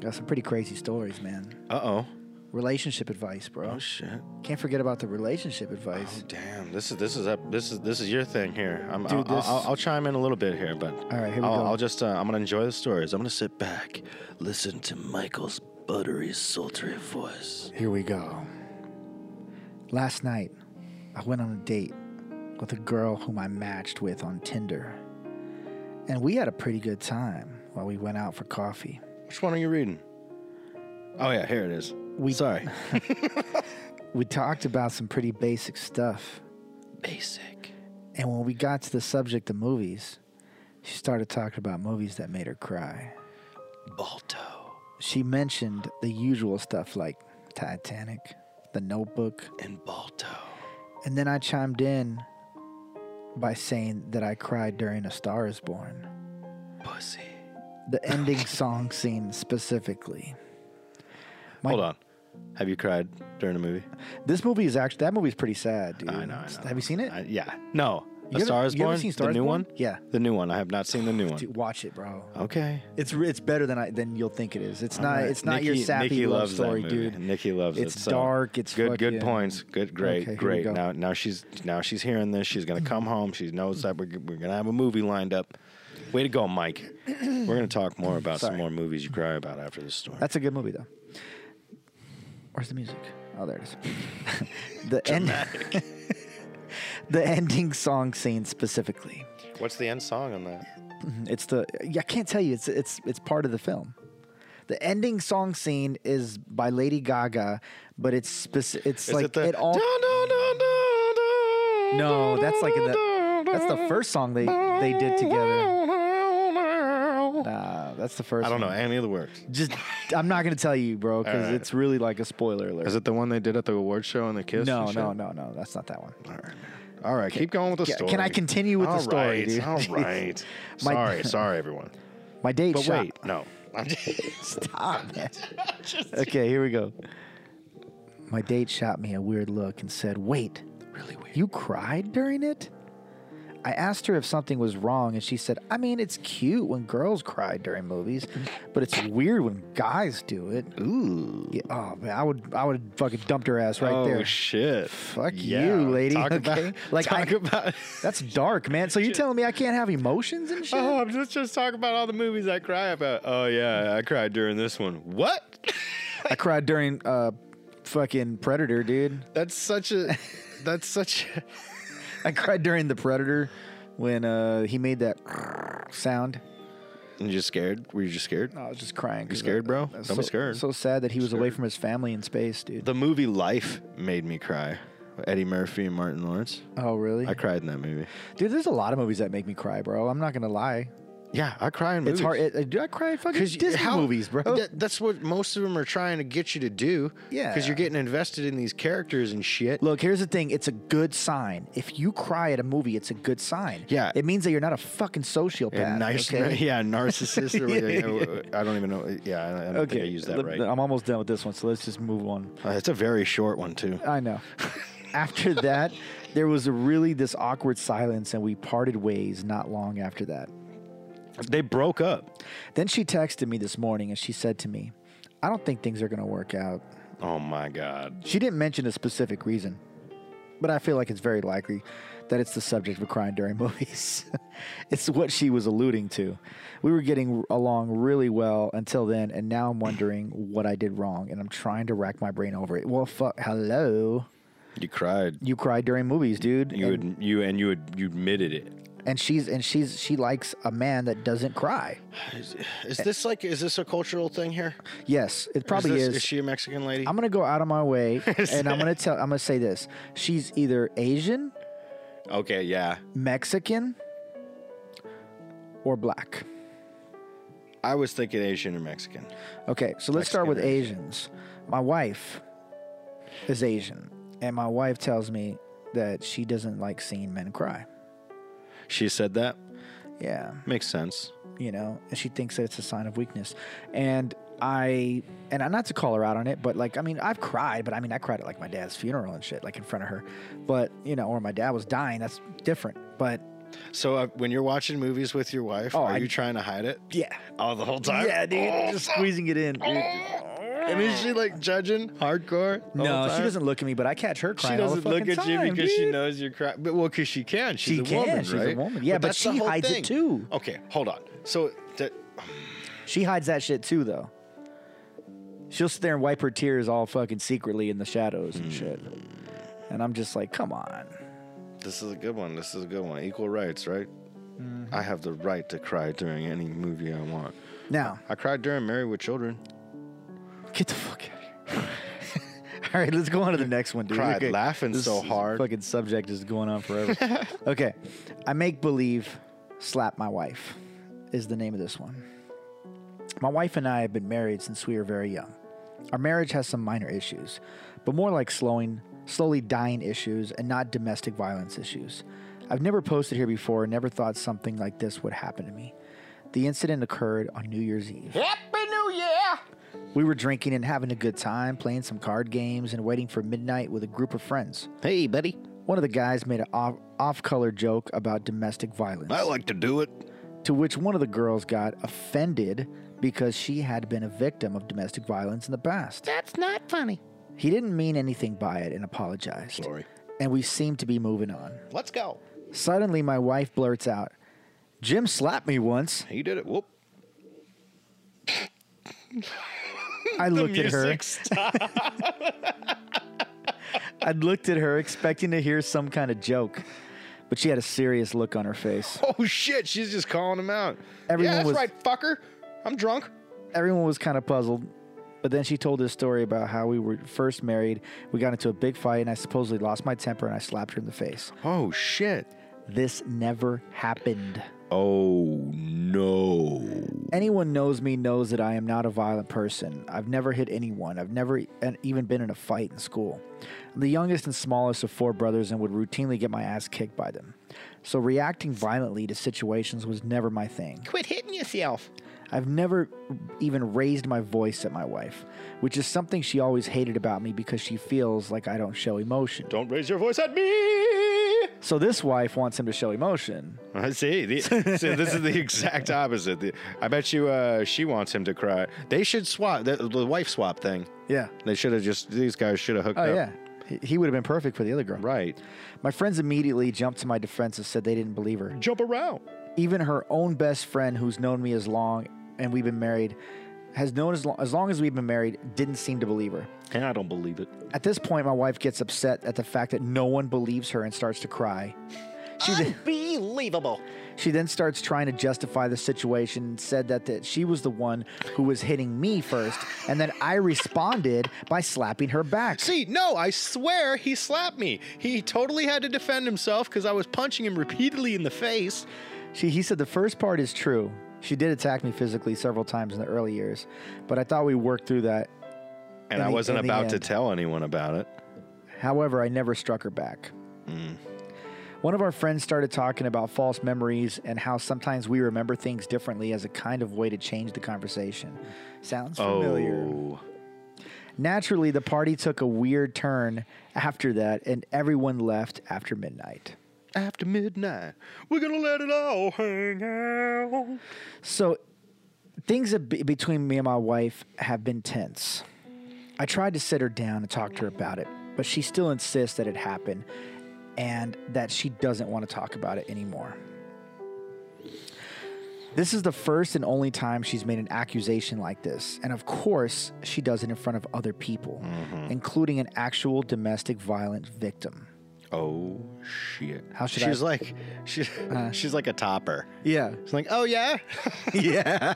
[SPEAKER 1] got some pretty crazy stories, man.
[SPEAKER 2] Uh oh.
[SPEAKER 1] Relationship advice, bro.
[SPEAKER 2] Oh shit.
[SPEAKER 1] Can't forget about the relationship advice.
[SPEAKER 2] Oh, damn. This is this is up. This is this is your thing here. I'm,
[SPEAKER 1] Dude,
[SPEAKER 2] I'll,
[SPEAKER 1] this-
[SPEAKER 2] I'll, I'll chime in a little bit here, but
[SPEAKER 1] All right, here we
[SPEAKER 2] I'll,
[SPEAKER 1] go.
[SPEAKER 2] I'll just uh, I'm gonna enjoy the stories. I'm gonna sit back, listen to Michael's buttery, sultry voice.
[SPEAKER 1] Oh, Here we go. Last night, I went on a date with a girl whom I matched with on Tinder, and we had a pretty good time while we went out for coffee. [laughs]
[SPEAKER 2] Which one are you reading? Oh yeah, here it is.
[SPEAKER 1] We
[SPEAKER 2] Sorry.
[SPEAKER 1] we talked about some pretty basic stuff.
[SPEAKER 2] Basic.
[SPEAKER 1] And when we got to the subject of movies, she started talking about movies that made her cry.
[SPEAKER 2] Balto
[SPEAKER 1] She mentioned the usual stuff like Titanic, The Notebook,
[SPEAKER 2] and Balto.
[SPEAKER 1] and then I chimed in by saying that I cried during A Star is Born,
[SPEAKER 2] Pussy. [laughs]
[SPEAKER 1] the ending song scene specifically. My-
[SPEAKER 2] Hold on. Have you cried during a movie?
[SPEAKER 1] This movie is actually that movie's pretty sad, dude.
[SPEAKER 2] I know, I know.
[SPEAKER 1] Have you seen it?
[SPEAKER 2] I, yeah. No.
[SPEAKER 1] Eh. You
[SPEAKER 2] a
[SPEAKER 1] haven't-
[SPEAKER 2] Star is
[SPEAKER 1] you haven't
[SPEAKER 2] Born?
[SPEAKER 1] seen Star
[SPEAKER 2] the
[SPEAKER 1] Is
[SPEAKER 2] new
[SPEAKER 1] Born?
[SPEAKER 2] one?
[SPEAKER 1] Yeah.
[SPEAKER 2] The new one. I have not seen the new one.
[SPEAKER 1] Dude, watch it, bro.
[SPEAKER 2] Okay.
[SPEAKER 1] It's re- it's better than I than you'll think it is. It's not
[SPEAKER 2] All right.
[SPEAKER 1] it's not your
[SPEAKER 2] Nikki-
[SPEAKER 1] sappy
[SPEAKER 2] Nikki
[SPEAKER 1] love
[SPEAKER 2] loves that
[SPEAKER 1] story,
[SPEAKER 2] movie.
[SPEAKER 1] dude.
[SPEAKER 2] Nikki loves
[SPEAKER 1] it's
[SPEAKER 2] it.
[SPEAKER 1] It's
[SPEAKER 2] so-
[SPEAKER 1] dark. It's
[SPEAKER 2] good.
[SPEAKER 1] fucking-
[SPEAKER 2] Good points. Good. Great.
[SPEAKER 1] Okay, here we
[SPEAKER 2] great.
[SPEAKER 1] go.
[SPEAKER 2] Now, now she's now she's hearing this. She's gonna come home. She knows that we're, we're gonna have a movie lined up. Way to go, Mike. We're gonna talk more about
[SPEAKER 1] Sorry.
[SPEAKER 2] some more movies you cry about after this story.
[SPEAKER 1] That's a good movie though. Where's the music? Oh, there it is. [laughs] the end. the ending song scene specifically.
[SPEAKER 2] What's the end song on that?
[SPEAKER 1] It's the yeah, I can't tell you. It's it's it's part of the film. The ending song scene is by Lady Gaga, but it's speci- it's
[SPEAKER 2] Is
[SPEAKER 1] like
[SPEAKER 2] it the?
[SPEAKER 1] all No, that's like in the that's the first song they they did together. Nah, that's the first.
[SPEAKER 2] I don't know
[SPEAKER 1] one.
[SPEAKER 2] any of the words.
[SPEAKER 1] Just I'm not gonna tell you, bro, because
[SPEAKER 2] Alright.
[SPEAKER 1] it's really like a spoiler alert.
[SPEAKER 2] Is it the one they did at the award show and the kiss?
[SPEAKER 1] no,
[SPEAKER 2] and
[SPEAKER 1] no,
[SPEAKER 2] shit?
[SPEAKER 1] no, no, That's not that one.
[SPEAKER 2] All right, keep going with the
[SPEAKER 1] Can-
[SPEAKER 2] story.
[SPEAKER 1] can I continue with the
[SPEAKER 2] All
[SPEAKER 1] story,
[SPEAKER 2] right,
[SPEAKER 1] dude? [laughs]
[SPEAKER 2] All
[SPEAKER 1] Jeez.
[SPEAKER 2] right.
[SPEAKER 1] My- [laughs]
[SPEAKER 2] sorry, sorry, everyone.
[SPEAKER 1] My date
[SPEAKER 2] But
[SPEAKER 1] shot.
[SPEAKER 2] wait, no. I'm just- [laughs]
[SPEAKER 1] Stop, man. [laughs] okay, here we go. My date shot me a weird look and said, Wait, really weird. You cried during it? I asked her if something was wrong, and she said, I mean, it's cute when girls cry during movies, but it's weird when guys do it. Ooh. Yeah, oh, man, I would, I would have fucking dumped her ass right
[SPEAKER 2] oh
[SPEAKER 1] there.
[SPEAKER 2] shit!
[SPEAKER 1] Fuck
[SPEAKER 2] Yeah,
[SPEAKER 1] you, lady.
[SPEAKER 2] Talk
[SPEAKER 1] Okay?
[SPEAKER 2] [laughs] about
[SPEAKER 1] Like,
[SPEAKER 2] like talk
[SPEAKER 1] I- [laughs]
[SPEAKER 2] about.
[SPEAKER 1] That's dark, man. So you're telling me I can't have emotions and shit?
[SPEAKER 2] Oh, let's just talk about all the movies I cry about. Oh yeah, I cried during this one. What? [laughs]
[SPEAKER 1] I cried during uh, fucking Predator, dude.
[SPEAKER 2] That's such a. That's such. A, [laughs]
[SPEAKER 1] I cried during the Predator when uh, he made that [laughs] sound.
[SPEAKER 2] you just scared? Were you just scared?
[SPEAKER 1] I was just crying. You
[SPEAKER 2] scared, bro? Don't
[SPEAKER 1] so,
[SPEAKER 2] be scared.
[SPEAKER 1] So sad that he was away from his family in space, dude.
[SPEAKER 2] The movie Life made me cry. Eddie Murphy and Martin Lawrence.
[SPEAKER 1] oh, really?
[SPEAKER 2] I cried in that movie.
[SPEAKER 1] dude, there's a lot of movies that make me cry, bro. I'm not gonna lie.
[SPEAKER 2] Yeah, I cry in movies.
[SPEAKER 1] It's hard. It, it- dude, I cry at fucking
[SPEAKER 2] Because
[SPEAKER 1] Disney movies, bro.
[SPEAKER 2] that's what most of them are trying to get you to do.
[SPEAKER 1] Yeah.
[SPEAKER 2] Because you're getting invested in these characters and shit.
[SPEAKER 1] Look, here's the thing. It's a good sign. If you cry at a movie, it's a good sign.
[SPEAKER 2] Yeah.
[SPEAKER 1] It means that you're not a fucking sociopath.
[SPEAKER 2] and nice,
[SPEAKER 1] okay?
[SPEAKER 2] [laughs] yeah, narcissist. Or, I don't even know. Yeah, I, I don't think I used that
[SPEAKER 1] let-
[SPEAKER 2] right.
[SPEAKER 1] I'm almost done with this one, so let's just move on.
[SPEAKER 2] Uh, it's a very short one too.
[SPEAKER 1] I
[SPEAKER 2] [laughs]
[SPEAKER 1] know. after that, there was a really this awkward silence, and we parted ways not long after that.
[SPEAKER 2] They broke up.
[SPEAKER 1] Then she texted me this morning and she said to me, I don't think things are going to work out.
[SPEAKER 2] Oh my god.
[SPEAKER 1] She didn't mention a specific reason, but I feel like it's very likely that it's the subject of crying during [laughs] movies. it's what she was alluding to. We were getting along really well until then, and now I'm wondering what I did wrong, and I'm trying to rack my brain over it. Well, fuck, hello.
[SPEAKER 2] You cried.
[SPEAKER 1] You cried during movies, dude.
[SPEAKER 2] You
[SPEAKER 1] and,
[SPEAKER 2] would. You and you would. You admitted it.
[SPEAKER 1] and she's and she's she likes a man that doesn't cry.
[SPEAKER 2] Is this like? Is this a cultural thing here?
[SPEAKER 1] Yes, it probably
[SPEAKER 2] this-
[SPEAKER 1] is.
[SPEAKER 2] she a Mexican lady?
[SPEAKER 1] I'm gonna go out of my
[SPEAKER 2] [laughs]
[SPEAKER 1] way, and I'm gonna tell. I'm gonna say this: she's either Asian,
[SPEAKER 2] okay. Yeah.
[SPEAKER 1] Mexican, or black.
[SPEAKER 2] I was thinking Asian or Mexican.
[SPEAKER 1] Okay, so let's start
[SPEAKER 2] Mexican
[SPEAKER 1] with
[SPEAKER 2] or Asian.
[SPEAKER 1] Asians. My wife is Asian, and my wife tells me that she doesn't like seeing men cry.
[SPEAKER 2] She said that.
[SPEAKER 1] Yeah,
[SPEAKER 2] Makes sense.
[SPEAKER 1] you know, and she thinks that it's a sign of weakness. And I, and I'm not to call her out on it, but like, I mean, I've cried, but I mean, I cried at like my dad's funeral and shit, like in front of her. But you know, or my dad was dying. That's different. But
[SPEAKER 2] So uh, when you're watching movies with your wife, are
[SPEAKER 1] Oh, I-
[SPEAKER 2] you trying to hide it?
[SPEAKER 1] yeah.
[SPEAKER 2] Oh, the whole time.
[SPEAKER 1] Yeah, dude,
[SPEAKER 2] Oh,
[SPEAKER 1] just
[SPEAKER 2] fuck.
[SPEAKER 1] squeezing it in. dude.
[SPEAKER 2] And is she like judging hardcore? the whole
[SPEAKER 1] No, she
[SPEAKER 2] time?
[SPEAKER 1] doesn't look at me, but I catch her
[SPEAKER 2] She
[SPEAKER 1] crying. all
[SPEAKER 2] doesn't
[SPEAKER 1] the
[SPEAKER 2] look
[SPEAKER 1] fucking
[SPEAKER 2] at you
[SPEAKER 1] time,
[SPEAKER 2] because she
[SPEAKER 1] dude.
[SPEAKER 2] knows you're crying. But well, because she can. She's
[SPEAKER 1] She
[SPEAKER 2] a
[SPEAKER 1] can,
[SPEAKER 2] woman,
[SPEAKER 1] she's a
[SPEAKER 2] right?
[SPEAKER 1] woman. Yeah, but
[SPEAKER 2] that's the
[SPEAKER 1] she
[SPEAKER 2] whole
[SPEAKER 1] hides it
[SPEAKER 2] thing.
[SPEAKER 1] too.
[SPEAKER 2] Okay, hold on. So that
[SPEAKER 1] She hides that shit too, though. She'll sit there and wipe her tears all fucking secretly in the shadows
[SPEAKER 2] Hmm.
[SPEAKER 1] and shit. And I'm just like, come on.
[SPEAKER 2] this is a good one. This is a good one. Equal rights, right?
[SPEAKER 1] Mm-hmm.
[SPEAKER 2] I have the right to cry during any movie I want.
[SPEAKER 1] Now,
[SPEAKER 2] I cried during Married with Children.
[SPEAKER 1] get the fuck out of here. [laughs] All right, let's go on to the next one, dude.
[SPEAKER 2] Cried
[SPEAKER 1] Okay.
[SPEAKER 2] laughing
[SPEAKER 1] This
[SPEAKER 2] so
[SPEAKER 1] is-
[SPEAKER 2] hard.
[SPEAKER 1] Fucking subject is going on
[SPEAKER 2] [laughs]
[SPEAKER 1] forever. okay, I make believe slap my wife is the name of this one. My wife and I have been married since we were very young. Our marriage has some minor issues, but more like slowing, slowly dying issues and not domestic violence issues. I've never posted here before, never thought something like this would happen to me. The incident occurred on New Year's Eve. We were drinking and having a good time, playing some card games, and waiting for midnight with a group of friends.
[SPEAKER 2] Hey, buddy.
[SPEAKER 1] One of the guys made an off, off-color joke about domestic violence,
[SPEAKER 3] I like to do it.
[SPEAKER 1] to which one of the girls got offended because she had been a victim of domestic violence in the past.
[SPEAKER 2] That's not funny.
[SPEAKER 1] He didn't mean anything by it and apologized.
[SPEAKER 3] Sorry.
[SPEAKER 1] And we seemed to be moving on.
[SPEAKER 2] Let's go.
[SPEAKER 1] Suddenly, my wife blurts out, Jim slapped me once.
[SPEAKER 3] He did it. Whoop.
[SPEAKER 1] I looked at her. I looked at her, expecting to hear some kind of joke, but she had a serious look on her face.
[SPEAKER 2] [laughs] Oh shit, she's just calling him out.
[SPEAKER 1] Everyone
[SPEAKER 2] yeah, that's
[SPEAKER 1] was-
[SPEAKER 2] right, fucker. I'm drunk.
[SPEAKER 1] everyone was kind of puzzled. But then she told this story about how we were first married. We got into a big fight, and I supposedly lost my temper and I slapped her in the face.
[SPEAKER 2] Oh shit.
[SPEAKER 1] This never happened.
[SPEAKER 3] Oh no.
[SPEAKER 1] Anyone knows me knows that I am not a violent person. I've never hit anyone. I've never e- and even been in a fight in school. I'm the youngest and smallest of four brothers and would routinely get my ass kicked by them. So reacting violently to situations was never my thing.
[SPEAKER 2] Quit hitting yourself.
[SPEAKER 1] I've never even raised my voice at my wife, which is something she always hated about me because she feels like I don't show emotion.
[SPEAKER 3] Don't raise your voice at me.
[SPEAKER 1] So this wife wants him to show emotion.
[SPEAKER 2] I see. The, so this is the exact opposite. The- I bet you uh, she wants him to cry. They should swap the, the wife swap thing.
[SPEAKER 1] Yeah.
[SPEAKER 2] They should have just these guys should have hooked
[SPEAKER 1] Oh
[SPEAKER 2] up.
[SPEAKER 1] yeah. He- He would have been perfect for the other girl.
[SPEAKER 2] Right.
[SPEAKER 1] My friends immediately jumped to my defense and said they didn't believe her.
[SPEAKER 3] Jump around.
[SPEAKER 1] Even her own best friend, who's known me as long and we've been married, has known as long as, long as we've been married, didn't seem to believe her.
[SPEAKER 3] And I don't believe it.
[SPEAKER 1] At this point, my wife gets upset at the fact that no one believes her and starts to cry. She then-
[SPEAKER 2] Unbelievable.
[SPEAKER 1] She then starts trying to justify the situation and said that, that she was the one who was hitting me first, and then I responded by slapping her back.
[SPEAKER 2] See, no, I swear he slapped me. He totally had to defend himself because I was punching him repeatedly in the face.
[SPEAKER 1] She, he said the first part is true. She did attack me physically several times in the early years, but I thought we worked through that.
[SPEAKER 2] And
[SPEAKER 1] In
[SPEAKER 2] I
[SPEAKER 1] the-
[SPEAKER 2] wasn't
[SPEAKER 1] in the
[SPEAKER 2] about to
[SPEAKER 1] end.
[SPEAKER 2] tell anyone about it.
[SPEAKER 1] However, I never struck her back. One of our friends started talking about false memories and how sometimes we remember things differently as a kind of way to change the conversation. Sounds familiar.
[SPEAKER 2] Oh.
[SPEAKER 1] Naturally, the party took a weird turn after that, and everyone left after midnight.
[SPEAKER 2] After midnight, we're gonna let it all hang out.
[SPEAKER 1] So, things ab- between me and my wife have been tense. I tried to sit her down and talk to her about it, but she still insists that it happened and that she doesn't want to talk about it anymore. This is the first and only time she's made an accusation like this. And of course, she does it in front of other people, including an actual domestic violence victim.
[SPEAKER 2] Oh shit!
[SPEAKER 1] How should
[SPEAKER 2] she's
[SPEAKER 1] I- Uh.
[SPEAKER 2] like, she's [laughs] she's like a topper.
[SPEAKER 1] Yeah.
[SPEAKER 2] She's like, oh [laughs] yeah,
[SPEAKER 1] [laughs] yeah.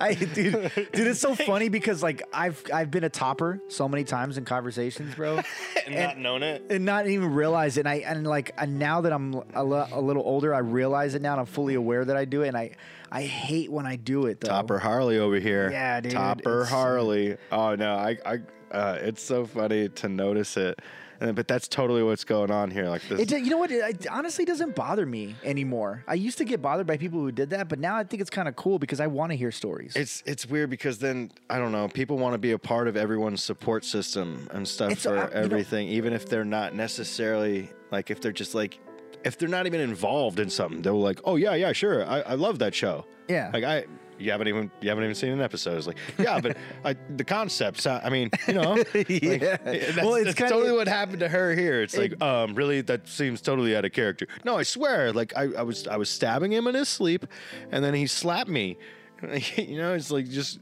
[SPEAKER 1] I dude, dude, it's so funny because like I've I've been a topper so many times in conversations,
[SPEAKER 2] [laughs]
[SPEAKER 1] bro,
[SPEAKER 2] and not known it.
[SPEAKER 1] and not even realize it. And I and like and now that I'm a, lo- a little older, I realize it now, and I'm fully aware that I do it. And I I hate when I do it though.
[SPEAKER 2] Topper Harley over here.
[SPEAKER 1] Yeah, dude,
[SPEAKER 2] Topper
[SPEAKER 1] it's-
[SPEAKER 2] Harley. Oh no, I, I, uh, it's so funny to notice it, and, but that's totally what's going on here. Like this.
[SPEAKER 1] It, do- you know what? It, it honestly doesn't bother me anymore. I used to get bothered by people who did that, but now I think it's kind of cool because I want to hear stories.
[SPEAKER 2] it's it's weird because then I don't know people want to be a part of everyone's support system and stuff
[SPEAKER 1] It's-
[SPEAKER 2] for
[SPEAKER 1] I- you know-
[SPEAKER 2] everything even if they're not necessarily like if they're just like if they're not even involved in something they're like oh yeah yeah sure I, I love that show
[SPEAKER 1] Yeah.
[SPEAKER 2] like I you haven't even you haven't even seen an episode it's like yeah
[SPEAKER 1] [laughs]
[SPEAKER 2] but I, the concepts I, I mean you know like,
[SPEAKER 1] Yeah.
[SPEAKER 2] that's,
[SPEAKER 1] Well, it's
[SPEAKER 2] that's
[SPEAKER 1] kinda-
[SPEAKER 2] totally what happened to her here it's like um really that seems totally out of character no I swear like I, I was I was stabbing him in his sleep and then he slapped me [laughs] you know it's like just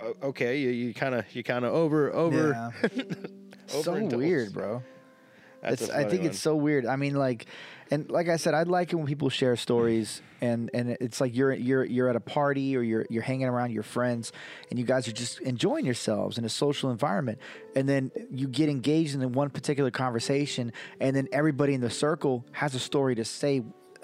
[SPEAKER 2] o- [laughs] okay you, you kind of you kind of over over
[SPEAKER 1] yeah. so
[SPEAKER 2] Overindulged.
[SPEAKER 1] weird, bro.
[SPEAKER 2] That's
[SPEAKER 1] it's,
[SPEAKER 2] a
[SPEAKER 1] I
[SPEAKER 2] funny
[SPEAKER 1] think
[SPEAKER 2] one.
[SPEAKER 1] it's so weird. I mean, like, and like I said, I like it when people share stories, and and it's like you're you're you're at a party or you're you're hanging around your friends, and you guys are just enjoying yourselves in a social environment, and then you get engaged in one particular conversation, and then everybody in the circle has a story to say.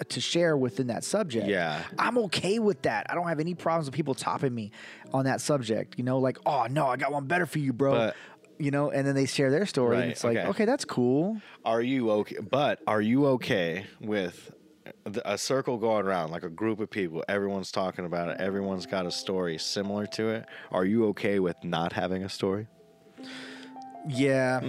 [SPEAKER 1] To share within that subject,
[SPEAKER 2] Yeah.
[SPEAKER 1] I'm okay with that. I don't have any problems with people topping me on that subject. You know, like, oh no, I got one better for you, bro.
[SPEAKER 2] But-
[SPEAKER 1] you know, and then they share their story. and
[SPEAKER 2] Right,
[SPEAKER 1] it's like,
[SPEAKER 2] okay.
[SPEAKER 1] okay, that's cool.
[SPEAKER 2] Are you okay? But are you okay with the, a circle going around, like a group of people? Everyone's talking about it. Everyone's got a story similar to it. Are you okay with not having a story? [laughs]
[SPEAKER 1] Yeah,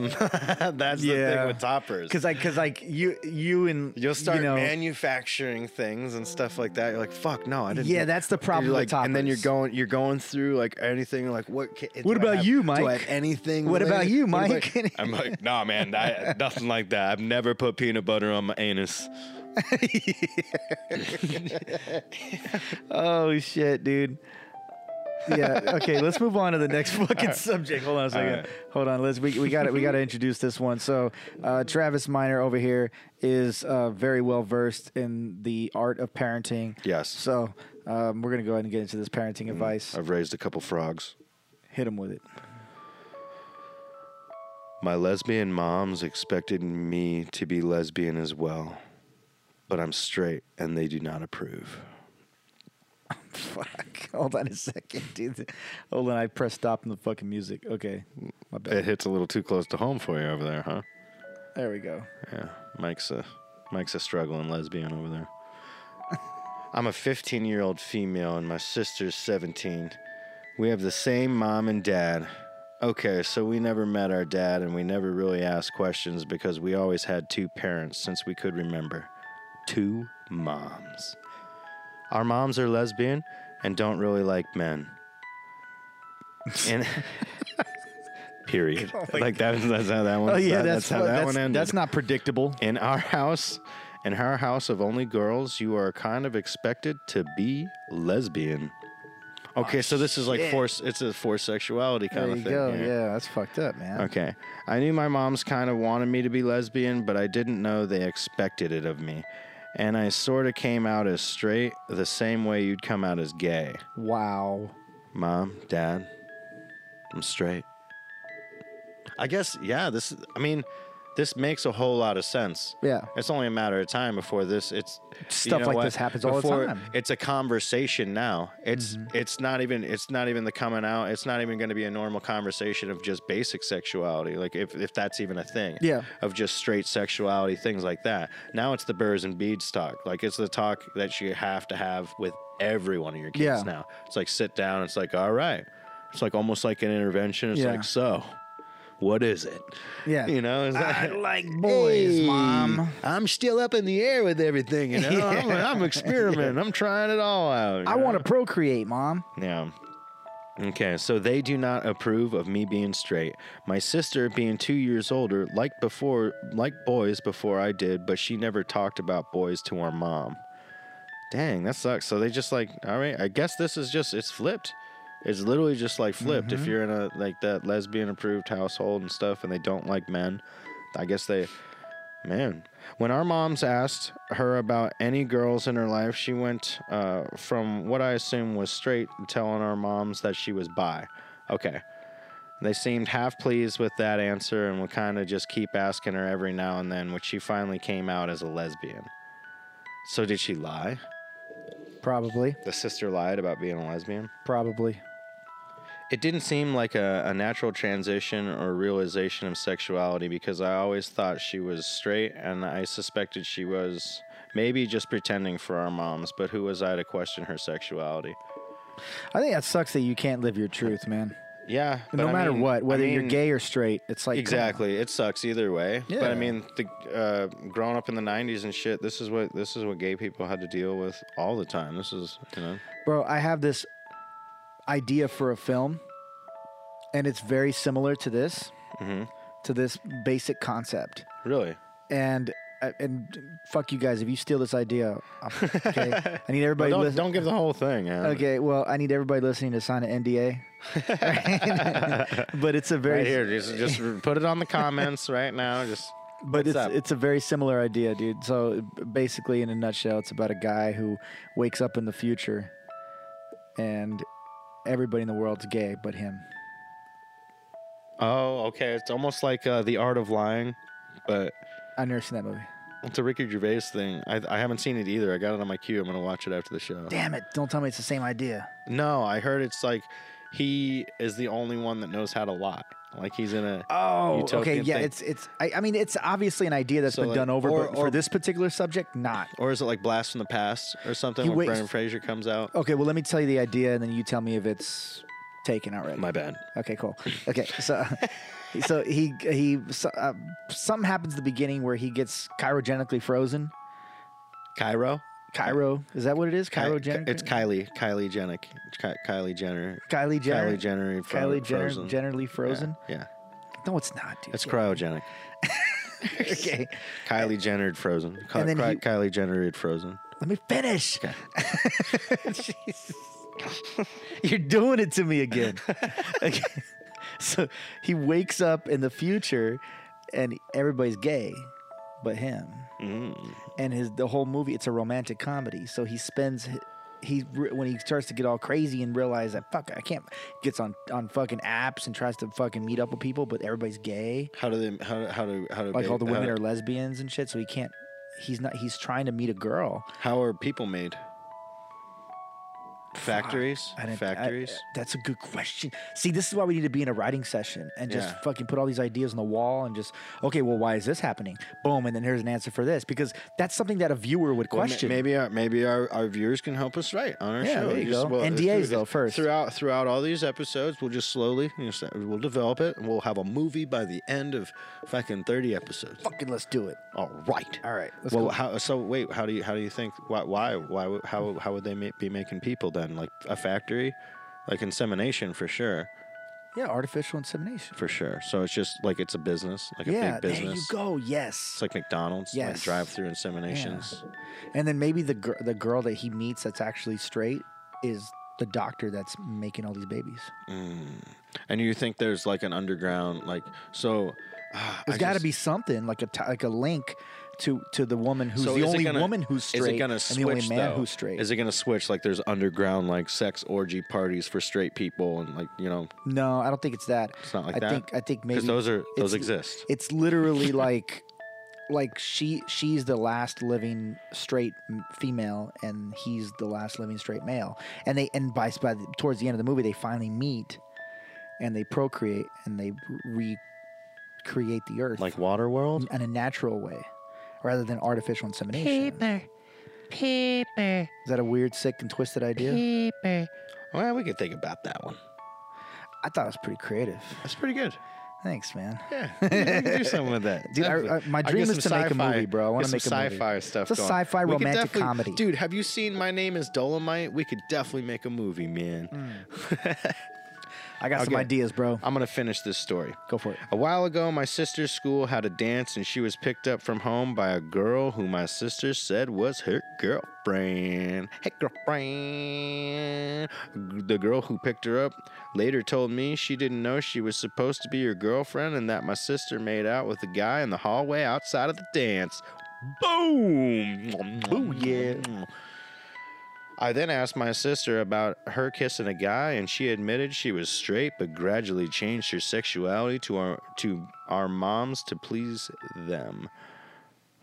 [SPEAKER 2] That's the
[SPEAKER 1] Yeah.
[SPEAKER 2] thing with toppers.
[SPEAKER 1] because like, because like you, you and
[SPEAKER 2] You'll start
[SPEAKER 1] you know,
[SPEAKER 2] manufacturing things and stuff like that. You're like, "Fuck no, I didn't."
[SPEAKER 1] Yeah,
[SPEAKER 2] do-"
[SPEAKER 1] that's the
[SPEAKER 2] You're
[SPEAKER 1] problem with
[SPEAKER 2] Like, and then you're
[SPEAKER 1] toppers.
[SPEAKER 2] going, you're going through like anything. Like, what? Can,
[SPEAKER 1] What
[SPEAKER 2] do I
[SPEAKER 1] about
[SPEAKER 2] have-
[SPEAKER 1] you,
[SPEAKER 2] Do I
[SPEAKER 1] Mike?
[SPEAKER 2] have anything?
[SPEAKER 1] What about
[SPEAKER 2] related?
[SPEAKER 1] you,
[SPEAKER 2] What do I-
[SPEAKER 1] Mike?
[SPEAKER 2] [laughs]
[SPEAKER 3] I'm like, nah, man, I, nothing like that. I've never put peanut butter on my anus.
[SPEAKER 1] oh shit, dude. Yeah. Okay, let's move on to the
[SPEAKER 2] [laughs]
[SPEAKER 1] next fucking subject. Hold on a second.
[SPEAKER 3] right.
[SPEAKER 1] Hold on. Let's we we got to we got to introduce this one. So, uh, Travis Miner over here is uh, very well versed in the art of parenting.
[SPEAKER 2] Yes. Mm-hmm.
[SPEAKER 1] So, um, we're gonna go ahead and get into this parenting advice.
[SPEAKER 2] I've raised a couple frogs.
[SPEAKER 1] Hit him with it. [laughs]
[SPEAKER 2] My lesbian moms expected me to be lesbian as well, but I'm straight and they do not approve.
[SPEAKER 1] Fuck. Hold on a second, dude. Hold on. I pressed stop on the fucking music. Okay. My bad.
[SPEAKER 2] It hits a little too close to home for you over there, huh?
[SPEAKER 1] There we go.
[SPEAKER 2] Yeah, Mike's a Mike's a struggling lesbian over there. [laughs] I'm a 15 year old female and my sister's 17. We have the same mom and dad. Okay, so we never met our dad and we never really asked questions because we always had two parents since we could remember. Two moms. Our moms are lesbian and don't really like men. And period. [laughs] like that, that's how that one.
[SPEAKER 1] Oh yeah,
[SPEAKER 2] that-
[SPEAKER 1] that's
[SPEAKER 2] how
[SPEAKER 1] what-
[SPEAKER 2] that
[SPEAKER 1] that's,
[SPEAKER 2] one ended.
[SPEAKER 1] That's not predictable.
[SPEAKER 2] In our house, in our house of only girls, you are kind of expected to be lesbian. Okay, so this is like force. It's a forced sexuality kind
[SPEAKER 1] There
[SPEAKER 2] of
[SPEAKER 1] you
[SPEAKER 2] thing.
[SPEAKER 1] go.
[SPEAKER 2] here.
[SPEAKER 1] Yeah, that's fucked up, man.
[SPEAKER 2] Okay. I knew my mom's kind of wanted me to be lesbian, but I didn't know they expected it of me. And I sort of came out as straight the same way you'd come out as gay.
[SPEAKER 1] Wow.
[SPEAKER 2] Mom, dad, I'm straight. I guess, yeah, this, I mean, this makes a whole lot of sense.
[SPEAKER 1] Yeah.
[SPEAKER 2] It's only a matter of time before this. It's
[SPEAKER 1] Stuff like this happens all the time. Mm-hmm.
[SPEAKER 2] It's a conversation now. It's it's not even it's not even the coming out. It's not even going to be a normal conversation of just basic sexuality, like if if that's even a thing.
[SPEAKER 1] Yeah.
[SPEAKER 2] Of just straight sexuality, things like that. Now it's the burrs and beads talk. Like it's the talk that you have to have with every one of your kids
[SPEAKER 1] Yeah.
[SPEAKER 2] now. It's like sit down. It's like all right. It's like almost like an intervention. It's
[SPEAKER 1] Yeah.
[SPEAKER 2] like so. What is it?
[SPEAKER 1] Yeah.
[SPEAKER 2] You know, it's like-
[SPEAKER 1] like boys,
[SPEAKER 2] Hey,
[SPEAKER 1] mom.
[SPEAKER 2] I'm still up in the air with
[SPEAKER 1] [laughs]
[SPEAKER 2] everything, you know. I'm, I'm experimenting. I'm trying it all out. you
[SPEAKER 1] I
[SPEAKER 2] know?
[SPEAKER 1] want to procreate, mom.
[SPEAKER 2] Yeah. Okay, so they do not approve of me being straight. My sister, being two years older, liked before liked boys before I did, but she never talked about boys to our mom. Dang, that sucks. So they just like, all right, I guess this is just it's flipped. It's literally just like flipped. If you're in a like that lesbian approved household and stuff, and they don't like men, I guess they Man, when our moms asked her about any girls in her life, she went uh, from what I assume was straight to telling our moms that she was bi. Okay. They seemed half pleased with that answer and would kind of just keep asking her every now and then, which she finally came out as a lesbian. So, did she lie?
[SPEAKER 1] Probably.
[SPEAKER 2] The sister lied about being a lesbian?
[SPEAKER 1] Probably.
[SPEAKER 2] It didn't seem like a, a natural transition or realization of sexuality because I always thought she was straight and I suspected she was maybe just pretending for our moms, but who was I to question her sexuality?
[SPEAKER 1] I think that sucks that you can't live your truth, man.
[SPEAKER 2] Yeah. but
[SPEAKER 1] no
[SPEAKER 2] I
[SPEAKER 1] matter
[SPEAKER 2] mean-
[SPEAKER 1] what,
[SPEAKER 2] I
[SPEAKER 1] whether you're
[SPEAKER 2] mean,
[SPEAKER 1] gay or straight, it's like come on.
[SPEAKER 2] Exactly. It sucks either way. But
[SPEAKER 1] Yeah.
[SPEAKER 2] I mean, the, uh, growing up in the 90s and shit, this is what this is what gay people had to deal with all the time. This is, you know.
[SPEAKER 1] bro i have this idea for a film and it's very similar to this
[SPEAKER 2] Mm-hmm.
[SPEAKER 1] to this basic concept
[SPEAKER 2] Really?
[SPEAKER 1] and uh, and fuck you guys if you steal this idea I'm-
[SPEAKER 2] [laughs]
[SPEAKER 1] okay i need everybody
[SPEAKER 2] Don't,
[SPEAKER 1] listen-
[SPEAKER 2] don't give the whole thing. man.
[SPEAKER 1] okay well i need everybody listening to sign an nda
[SPEAKER 2] [laughs]
[SPEAKER 1] but it's a very
[SPEAKER 2] Right here, just, just put it on the comments right now. Just
[SPEAKER 1] But it's
[SPEAKER 2] up?
[SPEAKER 1] it's a very similar idea, dude. So b- basically, in a nutshell, it's about a guy who wakes up in the future, and everybody in the world's gay but him.
[SPEAKER 2] Oh, okay. It's almost like uh, the art of lying, but
[SPEAKER 1] I never seen that movie.
[SPEAKER 2] it's a Ricky Gervais thing. I, I haven't seen it either. I got it on my queue. I'm gonna watch it after the show.
[SPEAKER 1] Damn it! Don't tell me it's the same idea.
[SPEAKER 2] No, I heard it's like he is the only one that knows how to lie. Like he's in a
[SPEAKER 1] Oh, okay,
[SPEAKER 2] Utopian
[SPEAKER 1] yeah.
[SPEAKER 2] thing.
[SPEAKER 1] It's it's. I, I mean, it's obviously an idea that's
[SPEAKER 2] So,
[SPEAKER 1] been
[SPEAKER 2] like,
[SPEAKER 1] done over,
[SPEAKER 2] or-
[SPEAKER 1] but for
[SPEAKER 2] or-
[SPEAKER 1] this particular subject, not.
[SPEAKER 2] or is it like Blast from the Past or something
[SPEAKER 1] He Oh,
[SPEAKER 2] when
[SPEAKER 1] wakes-
[SPEAKER 2] Brendan Fraser comes out?
[SPEAKER 1] Okay, well, let me tell you the idea, and then you tell me if it's taken already.
[SPEAKER 2] My bad.
[SPEAKER 1] Okay, cool. Okay, so [laughs] so he he so, uh, something happens at the beginning where he gets chirogenically frozen.
[SPEAKER 2] Cairo.
[SPEAKER 1] Cairo is that what it is?
[SPEAKER 2] Ki-
[SPEAKER 1] Chirogenic.
[SPEAKER 2] It's Kylie. Kylie Jenner. Ki- Kylie Jenner.
[SPEAKER 1] Kylie Jenner.
[SPEAKER 2] Kylie Jenner. fro-
[SPEAKER 1] Kylie Jenner.
[SPEAKER 2] frozen.
[SPEAKER 1] Jennerly frozen.
[SPEAKER 2] Yeah. yeah.
[SPEAKER 1] No, it's not, dude.
[SPEAKER 2] It's cryogenic.
[SPEAKER 1] [laughs] okay.
[SPEAKER 2] Kylie Jenner had frozen. Ki-
[SPEAKER 1] And then
[SPEAKER 2] Ki-
[SPEAKER 1] he-
[SPEAKER 2] Kylie Jenner had frozen.
[SPEAKER 1] Let me finish. Jesus. [laughs] You're doing it to me again. okay. So he wakes up in the future and everybody's gay but him. And his the whole movie it's a romantic comedy. So he spends hi- he re- when he starts to get all crazy and realize that fuck I can't gets on on fucking apps and tries to fucking meet up with people but everybody's gay
[SPEAKER 2] How do they? How do how do how do
[SPEAKER 1] like
[SPEAKER 2] ba-
[SPEAKER 1] all the women
[SPEAKER 2] how,
[SPEAKER 1] are lesbians and shit so he can't he's not he's trying to meet a girl
[SPEAKER 2] How are people made? Factories.
[SPEAKER 1] I didn't- I-
[SPEAKER 2] Factories.
[SPEAKER 1] that's a good question. See, this is why we need to be in a writing session and just
[SPEAKER 2] Yeah.
[SPEAKER 1] fucking put all these ideas on the wall and just okay, well, why is this happening? Boom, and then here's an answer for this because that's something that a viewer would
[SPEAKER 2] Well, ma-
[SPEAKER 1] question.
[SPEAKER 2] maybe our maybe our, our viewers can help us write on our
[SPEAKER 1] Yeah,
[SPEAKER 2] show.
[SPEAKER 1] there you
[SPEAKER 2] Just-
[SPEAKER 1] go. NDAs though, first.
[SPEAKER 2] throughout throughout all these episodes, we'll just slowly you know, s- we'll develop it, and we'll have a movie by the end of fucking thirty episodes.
[SPEAKER 1] fucking let's do it.
[SPEAKER 2] All right.
[SPEAKER 1] All right, let's
[SPEAKER 2] well, uh,
[SPEAKER 1] go.
[SPEAKER 2] how, so wait, how do you how do you think why why why would- how how would they ma- be making people then? Like a factory, like insemination for sure,
[SPEAKER 1] Yeah, artificial insemination.
[SPEAKER 2] for sure. So it's just like it's a business, like
[SPEAKER 1] Yeah,
[SPEAKER 2] a big
[SPEAKER 1] there you
[SPEAKER 2] business.
[SPEAKER 1] go. Yes,
[SPEAKER 2] It's like McDonald's, like
[SPEAKER 1] Yes.
[SPEAKER 2] drive-through inseminations.
[SPEAKER 1] and then maybe the gir- the girl that he meets that's actually straight is the doctor that's making all these babies.
[SPEAKER 2] And you think there's like an underground, like so. ah,
[SPEAKER 1] There's
[SPEAKER 2] I
[SPEAKER 1] got to
[SPEAKER 2] just-
[SPEAKER 1] be something like a t- like a link to to the woman who's
[SPEAKER 2] So
[SPEAKER 1] the
[SPEAKER 2] is it
[SPEAKER 1] only
[SPEAKER 2] gonna-
[SPEAKER 1] woman who's straight
[SPEAKER 2] Is it gonna
[SPEAKER 1] and
[SPEAKER 2] switch?
[SPEAKER 1] the only man
[SPEAKER 2] though?
[SPEAKER 1] who's straight.
[SPEAKER 2] Is it gonna switch? Like there's underground like sex orgy parties for straight people, and like you know,
[SPEAKER 1] No, I don't think it's that.
[SPEAKER 2] It's not like
[SPEAKER 1] I
[SPEAKER 2] that?
[SPEAKER 1] think I think maybe
[SPEAKER 2] because those are
[SPEAKER 1] it's-
[SPEAKER 2] those exist.
[SPEAKER 1] It's
[SPEAKER 2] [laughs]
[SPEAKER 1] literally like like she she's the last living straight m- female and he's the last living straight male. And they and by, by the, towards the end of the movie they finally meet and they procreate and they recreate the earth
[SPEAKER 2] Like Waterworld.
[SPEAKER 1] in a natural way rather than artificial insemination.
[SPEAKER 4] Paper. Paper.
[SPEAKER 1] Is that a weird sick and twisted idea?
[SPEAKER 4] Paper.
[SPEAKER 2] Well, we could think about that one.
[SPEAKER 1] I thought it was pretty creative.
[SPEAKER 2] That's pretty good.
[SPEAKER 1] Thanks, man. [laughs]
[SPEAKER 2] Yeah, we can do something with that.
[SPEAKER 1] Dude, I-
[SPEAKER 2] Definitely.
[SPEAKER 1] I- my
[SPEAKER 2] get
[SPEAKER 1] dream is
[SPEAKER 2] some
[SPEAKER 1] to make a
[SPEAKER 2] sci-fi-
[SPEAKER 1] movie, bro. I wanna
[SPEAKER 2] get some
[SPEAKER 1] make a movie.
[SPEAKER 2] sci-fi stuff.
[SPEAKER 1] It's a
[SPEAKER 2] going.
[SPEAKER 1] sci-fi
[SPEAKER 2] We could
[SPEAKER 1] romantic
[SPEAKER 2] definitely-
[SPEAKER 1] comedy.
[SPEAKER 2] Dude, have you seen My Name Is Dolomite? We could definitely make a movie,
[SPEAKER 1] Mm.
[SPEAKER 2] man.
[SPEAKER 1] I got some
[SPEAKER 2] Okay.
[SPEAKER 1] ideas, bro.
[SPEAKER 2] I'm gonna finish this story.
[SPEAKER 1] Go for it.
[SPEAKER 2] A while ago, my sister's school had a dance, and she was picked up from home by a girl who my sister said was her girlfriend. Hey, girlfriend. The girl who picked her up later told me she didn't know she was supposed to be her girlfriend and that my sister made out with a guy in the hallway outside of the dance. Boom! Oh, yeah. I then asked my sister about her kissing a guy, and she admitted she was straight, but gradually changed her sexuality to our to our moms to please them.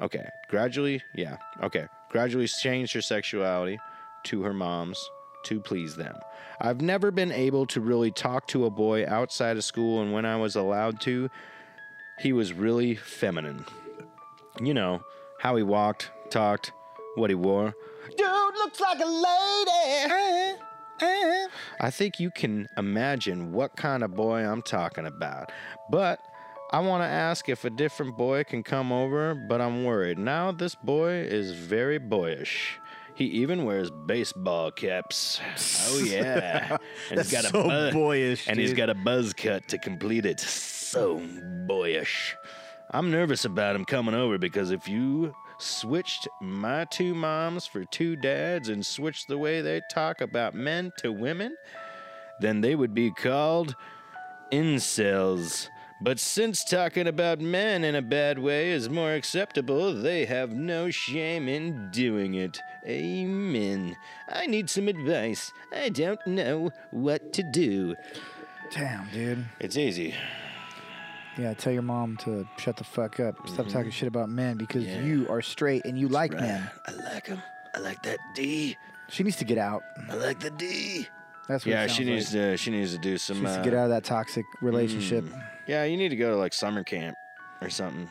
[SPEAKER 2] Okay, gradually, yeah, okay, gradually changed her sexuality to her moms to please them. I've never been able to really talk to a boy outside of school, and when I was allowed to, he was really feminine. You know how he walked, talked, what he wore. Dude looks like a lady. uh-huh. I think you can imagine what kind of boy I'm talking about. But I want to ask if a different boy can come over, but I'm worried. Now this boy is very boyish. He even wears baseball caps. Oh [laughs] yeah. And he's got a bu-
[SPEAKER 1] boyish.
[SPEAKER 2] and he's got a buzz cut to complete it. So boyish. I'm nervous about him coming over because if you switched my two moms for two dads and switched the way they talk about men to women, then they would be called incels. But since talking about men in a bad way is more acceptable, they have no shame in doing it. Amen. I need some advice. I don't know what to do.
[SPEAKER 1] Damn, dude.
[SPEAKER 2] It's easy.
[SPEAKER 1] Yeah, tell your mom to shut the fuck up. Stop talking shit about men because
[SPEAKER 2] Mm-hmm. Yeah.
[SPEAKER 1] you are straight and you like men.
[SPEAKER 2] I like him. I like that D.
[SPEAKER 1] She needs to get out.
[SPEAKER 2] I like the D.
[SPEAKER 1] That's what it
[SPEAKER 2] Yeah,
[SPEAKER 1] sounds
[SPEAKER 2] she
[SPEAKER 1] like.
[SPEAKER 2] needs to. She needs to do some.
[SPEAKER 1] She needs to
[SPEAKER 2] uh, mm.
[SPEAKER 1] get out of that toxic relationship.
[SPEAKER 2] Yeah, you need to go to like summer camp or something.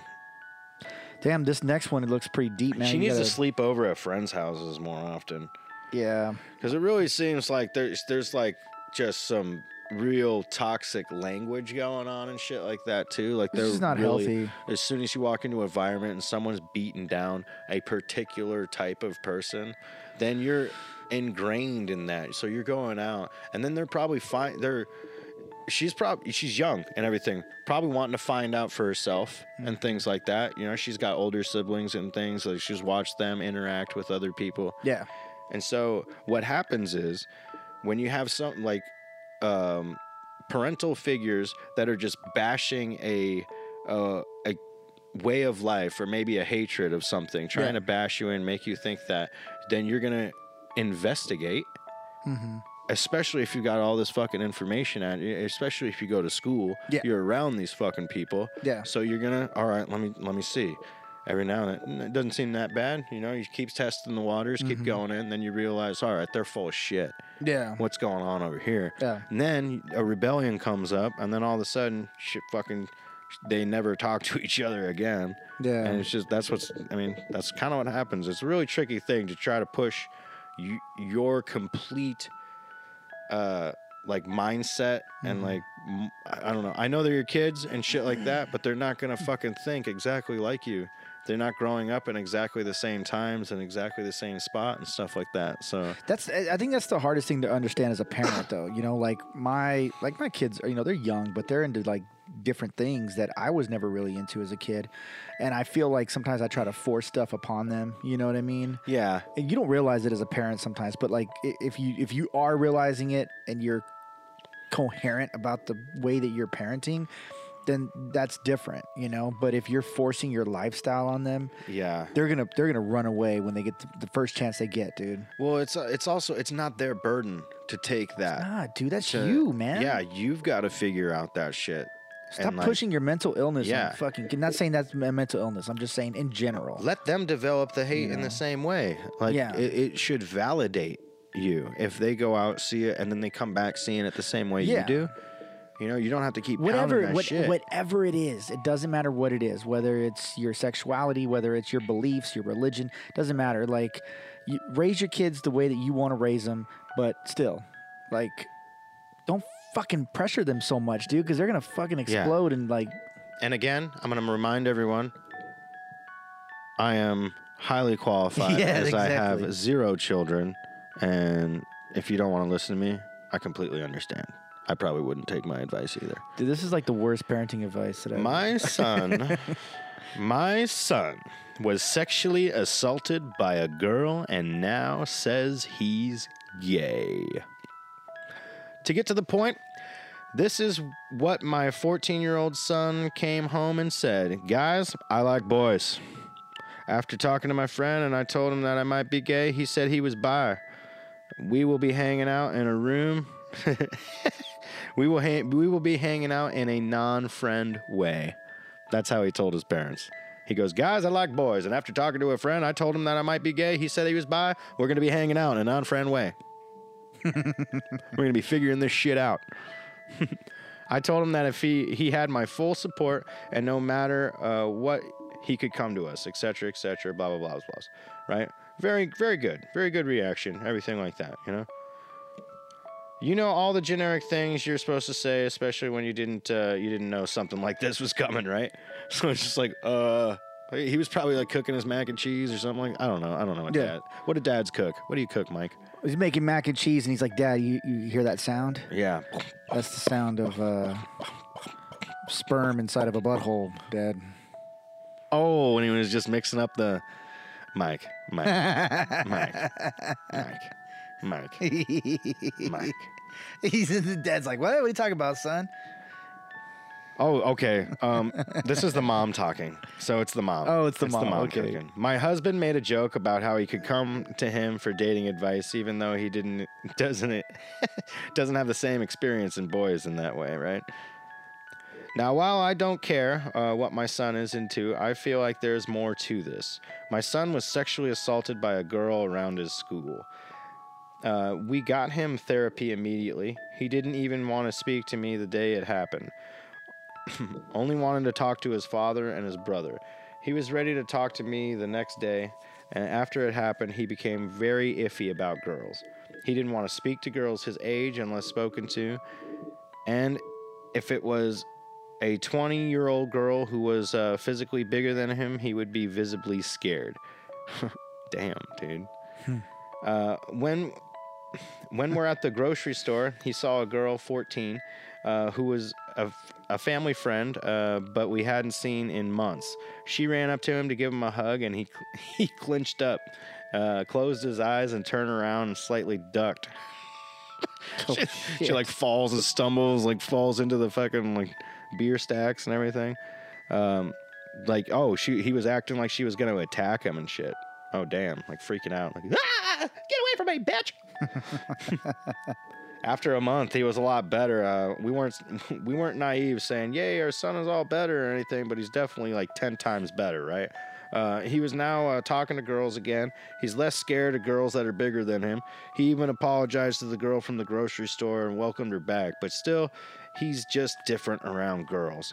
[SPEAKER 1] Damn, this next one it looks pretty deep, man.
[SPEAKER 2] she
[SPEAKER 1] You
[SPEAKER 2] needs to
[SPEAKER 1] gotta-
[SPEAKER 2] sleep over at friends' houses more often.
[SPEAKER 1] Yeah,
[SPEAKER 2] Because it really seems like there's there's like just some real toxic language going on and shit like that too. Like
[SPEAKER 1] It's
[SPEAKER 2] they're
[SPEAKER 1] just not
[SPEAKER 2] really-
[SPEAKER 1] healthy.
[SPEAKER 2] As soon as you walk into an environment and someone's beating down a particular type of person, then you're ingrained in that. So you're going out, and then they're probably fine. They're she's probably she's young and everything probably wanting to find out for herself
[SPEAKER 1] Mm.
[SPEAKER 2] and things like that you know she's got older siblings and things like she's watched them interact with other people
[SPEAKER 1] yeah.
[SPEAKER 2] and so what happens is when you have some like um, parental figures that are just bashing a uh, a way of life or maybe a hatred of something, trying to bash you and make you think that, then you're gonna investigate.
[SPEAKER 1] Mm-hmm.
[SPEAKER 2] Especially if you got all this fucking information at you, especially if you go to school,
[SPEAKER 1] Yeah.
[SPEAKER 2] you're around these fucking people.
[SPEAKER 1] Yeah.
[SPEAKER 2] So you're gonna, all right, let me let me see. Every now and then, it doesn't seem that bad, you know. You keep testing the waters,
[SPEAKER 1] Mm-hmm.
[SPEAKER 2] keep going in, then you realize, all right, they're full of shit
[SPEAKER 1] Yeah.
[SPEAKER 2] what's going on over here.
[SPEAKER 1] Yeah.
[SPEAKER 2] And then a rebellion comes up, and then all of a sudden, shit, fucking, they never talk to each other again.
[SPEAKER 1] Yeah.
[SPEAKER 2] And it's just that's what's. I mean, that's kind of what happens. It's a really tricky thing to try to push you, your complete, uh, like mindset
[SPEAKER 1] Mm-hmm.
[SPEAKER 2] and like m- I don't know. I know they're your kids and shit like that, but they're not gonna fucking think exactly like you. They're not growing up in exactly the same times and exactly the same spot and stuff like that. So
[SPEAKER 1] That's I I think that's the hardest thing to understand as a parent though. You know, like my like my kids are you know, they're young, but they're into like different things that I was never really into as a kid. And I feel like sometimes I try to force stuff upon them, you know what I mean?
[SPEAKER 2] yeah,
[SPEAKER 1] And you don't realize it as a parent sometimes, but like i- if you if you are realizing it and you're coherent about the way that you're parenting, then that's different, you know? But if you're forcing your lifestyle on them,
[SPEAKER 2] yeah.
[SPEAKER 1] they're going to they're going to run away when they get the, the first chance they get, dude.
[SPEAKER 2] Well, it's uh, it's also it's not their burden to take that.
[SPEAKER 1] Ah, dude, that's
[SPEAKER 2] to-
[SPEAKER 1] you, man.
[SPEAKER 2] Yeah, you've got to figure out that shit.
[SPEAKER 1] Stop
[SPEAKER 2] And, like,
[SPEAKER 1] pushing your mental illness. Yeah.
[SPEAKER 2] Yeah.
[SPEAKER 1] On fucking. I'm not saying that's a mental illness. I'm just saying in general.
[SPEAKER 2] Let them develop the hate in the same way. Like
[SPEAKER 1] Yeah.
[SPEAKER 2] it, it should validate you if they go out see it and then they come back seeing it the same way
[SPEAKER 1] Yeah.
[SPEAKER 2] you do. You know, you don't have to keep pounding
[SPEAKER 1] whatever,
[SPEAKER 2] that
[SPEAKER 1] what,
[SPEAKER 2] shit.
[SPEAKER 1] whatever it is, it doesn't matter what it is. Whether it's your sexuality, whether it's your beliefs, your religion, doesn't matter. Like, you, raise your kids the way that you want to raise them, but still, like, don't fucking pressure them so much, dude, because they're gonna fucking explode and like,
[SPEAKER 2] And again, I'm going to remind everyone I am highly
[SPEAKER 1] [laughs]
[SPEAKER 2] qualified
[SPEAKER 1] Yeah,
[SPEAKER 2] as I
[SPEAKER 1] exactly.
[SPEAKER 2] have zero children. And if you don't want to listen to me, I completely understand. I probably wouldn't take my advice either.
[SPEAKER 1] dude, this is like the worst parenting advice that I've.
[SPEAKER 2] My son, my son was sexually assaulted by a girl and now says he's gay. To get to the point, this is what my 14 year old son came home and said Guys, I like boys. After talking to my friend and I told him that I might be gay, he said he was bi. We will be hanging out in a room. we will ha- we will be hanging out in a non-friend way. That's how he told his parents. He goes, guys, I like boys, and after talking to a friend, I told him that I might be gay. He said he was bi. We're gonna be hanging out in a non-friend way. [laughs] We're gonna be figuring this shit out. [laughs] I told him that if he he had my full support and no matter uh, what he could come to us, etc., etc., blah blah blah blah blah. Right? Very very good, very good reaction, everything like that. You know. You know all the generic things you're supposed to say, especially when you didn't uh, you didn't know something like this was coming, right? [laughs] So it's just like, uh, he was probably like cooking his mac and cheese or something. like I don't know. I don't know what
[SPEAKER 1] Yeah.
[SPEAKER 2] dad. What do dads cook? What do you cook, Mike?
[SPEAKER 1] He's making mac and cheese, and he's like, "Dad, you, you hear that sound?
[SPEAKER 2] Yeah,
[SPEAKER 1] That's the sound of uh, sperm inside of a butthole,
[SPEAKER 2] [laughs]
[SPEAKER 1] Dad."
[SPEAKER 2] Oh, when he was just mixing up the Mike, Mike, Mike, Mike, Mike, Mike.
[SPEAKER 1] He's dad's like, what? What are you talking about, son?
[SPEAKER 2] Oh, okay. Um, this is the mom talking. So it's the mom.
[SPEAKER 1] Oh, it's the mom. Okay.
[SPEAKER 2] My husband made a joke about how he could come to him for dating advice, even though he didn't [laughs] doesn't it doesn't have the same experience in boys in that way, right? Now, while I don't care uh, what my son is into, I feel like there's more to this. My son was sexually assaulted by a girl around his school. Uh, we got him therapy immediately. He didn't even want to speak to me the day it happened. Only wanted to talk to his father and his brother. He was ready to talk to me the next day, and after it happened, he became very iffy about girls. He didn't want to speak to girls his age unless spoken to, and if it was a 20 year old girl who was uh, physically bigger than him, he would be visibly scared. [laughs] Damn, dude. Uh, when when we're at the grocery store, he saw a girl, 14, uh, who was a, f- a family friend, uh, but we hadn't seen in months. She ran up to him to give him a hug, and he [laughs] he clinched up, uh, closed his eyes, and turned around and slightly ducked. she, she like falls and stumbles, like falls into the fucking like beer stacks and everything. Um, like oh, she he was acting like she was gonna attack him and shit. Oh damn, like freaking out, like ah, get away from me, bitch after a month, he was a lot better. Uh, we weren't [laughs] we weren't naive saying, "Yay, our son is all better" or anything, but he's definitely like ten times better, right? Uh, he was now uh, talking to girls again. He's less scared of girls that are bigger than him. He even apologized to the girl from the grocery store and welcomed her back. But still, he's just different around girls.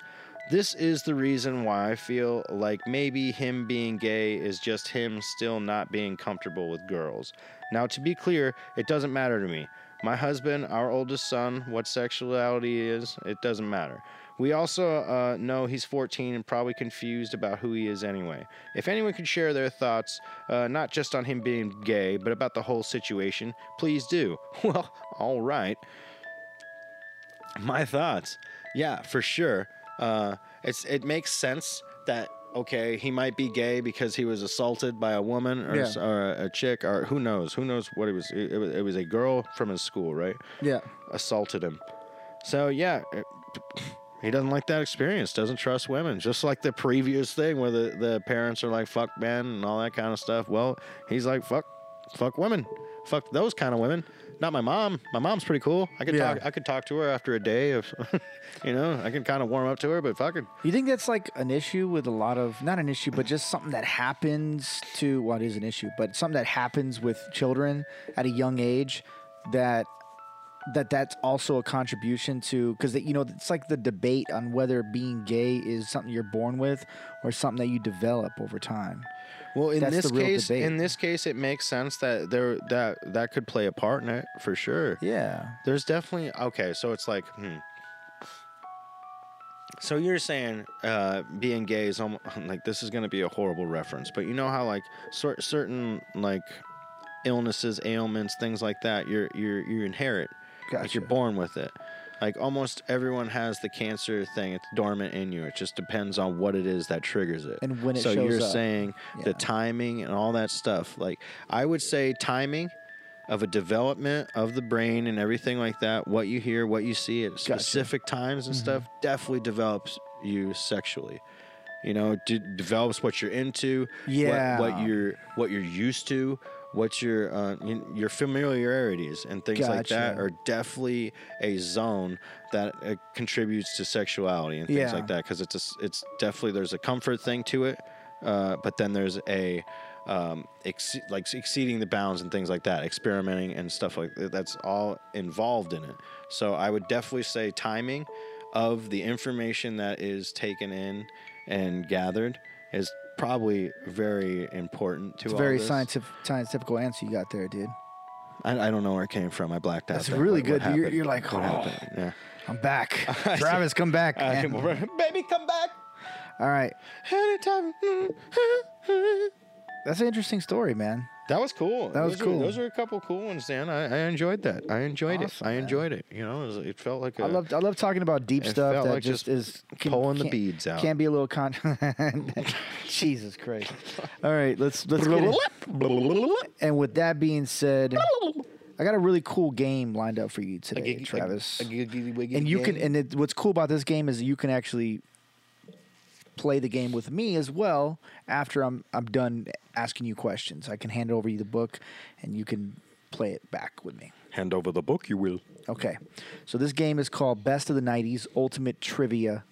[SPEAKER 2] This is the reason why I feel like maybe him being gay is just him still not being comfortable with girls. Now, to be clear, it doesn't matter to me. My husband, our oldest son, what sexuality is, it doesn't matter. We also uh, know he's 14 and probably confused about who he is anyway. If anyone could share their thoughts, uh, not just on him being gay, but about the whole situation, please do. [laughs] Well, all right. My thoughts. Yeah, for sure. Uh, it's it makes sense that okay, he might be gay because he was assaulted by a woman or,
[SPEAKER 1] Yeah.
[SPEAKER 2] s- or a chick or who knows, who knows what it was. It, it was. it was a girl from his school, right?
[SPEAKER 1] Yeah.
[SPEAKER 2] Assaulted him. So yeah, it- [laughs] he doesn't like that experience. Doesn't trust women. Just like the previous thing where the, the parents are like fuck men and all that kind of stuff. Well, he's like fuck, fuck women, fuck those kind of women. Not my mom. My mom's pretty cool. I could
[SPEAKER 1] Yeah.
[SPEAKER 2] talk. I could talk to her after a day of, [laughs] you know, I can kind of warm up to her. But fucking
[SPEAKER 1] You think that's like an issue with a lot of not an issue, but just something that happens to what is an issue, but something that happens with children at a young age that that that's also a contribution to because you know it's like the debate on whether being gay is something you're born with or something that you develop over time.
[SPEAKER 2] Well, in
[SPEAKER 1] That's the
[SPEAKER 2] this
[SPEAKER 1] real
[SPEAKER 2] case,
[SPEAKER 1] debate.
[SPEAKER 2] in this case, it makes sense that there that that could play a part in it for sure.
[SPEAKER 1] Yeah,
[SPEAKER 2] There's definitely okay. So it's like, hmm. So you're saying uh, being gay is almost [laughs] like this is going to be a horrible reference, but you know how like cer- certain like illnesses, ailments, things like that, you're you're you inherit. Like
[SPEAKER 1] Gotcha.
[SPEAKER 2] you're born with it. Like almost everyone has the cancer thing. It's dormant in you. It just depends on what it is that triggers it.
[SPEAKER 1] And when it
[SPEAKER 2] so
[SPEAKER 1] shows
[SPEAKER 2] you're
[SPEAKER 1] up.
[SPEAKER 2] saying the
[SPEAKER 1] Yeah.
[SPEAKER 2] timing and all that stuff. Like I would say timing of a development of the brain and everything like that. What you hear, what you see at specific times and stuff definitely develops you sexually. You know, d- develops what you're into. what-
[SPEAKER 1] Yeah.
[SPEAKER 2] What, you're what you're used to. What your uh, y- your familiarities and things like that
[SPEAKER 1] Gotcha.
[SPEAKER 2] are definitely a zone that uh, contributes to sexuality and things
[SPEAKER 1] Yeah.
[SPEAKER 2] like that because it's a s it's definitely there's a comfort thing to it, uh, but then there's a um, ex- like exceeding the bounds and things like that, experimenting and stuff like that. That's all involved in it. So I would definitely say timing of the information that is taken in and gathered is probably very important to
[SPEAKER 1] it's a
[SPEAKER 2] all
[SPEAKER 1] very
[SPEAKER 2] this.
[SPEAKER 1] scientific scientific answer you got there, dude.
[SPEAKER 2] I, I don't know where it came from. I blacked out.
[SPEAKER 1] That's
[SPEAKER 2] there.
[SPEAKER 1] really
[SPEAKER 2] What-
[SPEAKER 1] good.
[SPEAKER 2] what
[SPEAKER 1] You're,
[SPEAKER 2] happened?
[SPEAKER 1] you're like,
[SPEAKER 2] What
[SPEAKER 1] oh,
[SPEAKER 2] happened? Yeah.
[SPEAKER 1] I'm back.
[SPEAKER 2] [laughs]
[SPEAKER 1] Travis, come back. man.
[SPEAKER 2] Baby, come back
[SPEAKER 1] All right,
[SPEAKER 2] anytime.
[SPEAKER 1] that's an interesting story, man.
[SPEAKER 2] That was cool.
[SPEAKER 1] That was
[SPEAKER 2] those
[SPEAKER 1] cool.
[SPEAKER 2] Are, those are a couple cool ones, Dan. I, I enjoyed that. I enjoyed
[SPEAKER 1] Awesome,
[SPEAKER 2] it. I
[SPEAKER 1] man.
[SPEAKER 2] enjoyed it. You know, it, was- it felt like a
[SPEAKER 1] I
[SPEAKER 2] [laughs]
[SPEAKER 1] love I love talking about deep
[SPEAKER 2] It
[SPEAKER 1] stuff
[SPEAKER 2] felt
[SPEAKER 1] that
[SPEAKER 2] like
[SPEAKER 1] just,
[SPEAKER 2] just
[SPEAKER 1] is
[SPEAKER 2] pulling the beads out.
[SPEAKER 1] Can be a little con. [laughs] Jesus
[SPEAKER 2] [laughs]
[SPEAKER 1] Christ! All right, let's let's. get it. And with that being said, I got a really cool game lined up for you today,
[SPEAKER 5] gig- a-
[SPEAKER 1] Travis.
[SPEAKER 5] a giggity wiggity
[SPEAKER 1] and you can
[SPEAKER 5] game?
[SPEAKER 1] and it, what's cool about this game is you can actually play the game with me as well after I'm I'm done asking you questions. I can hand over you the book and you can play it back with me.
[SPEAKER 3] Hand over the book, you will.
[SPEAKER 1] Okay. So this game is called Best of the 90s Ultimate Trivia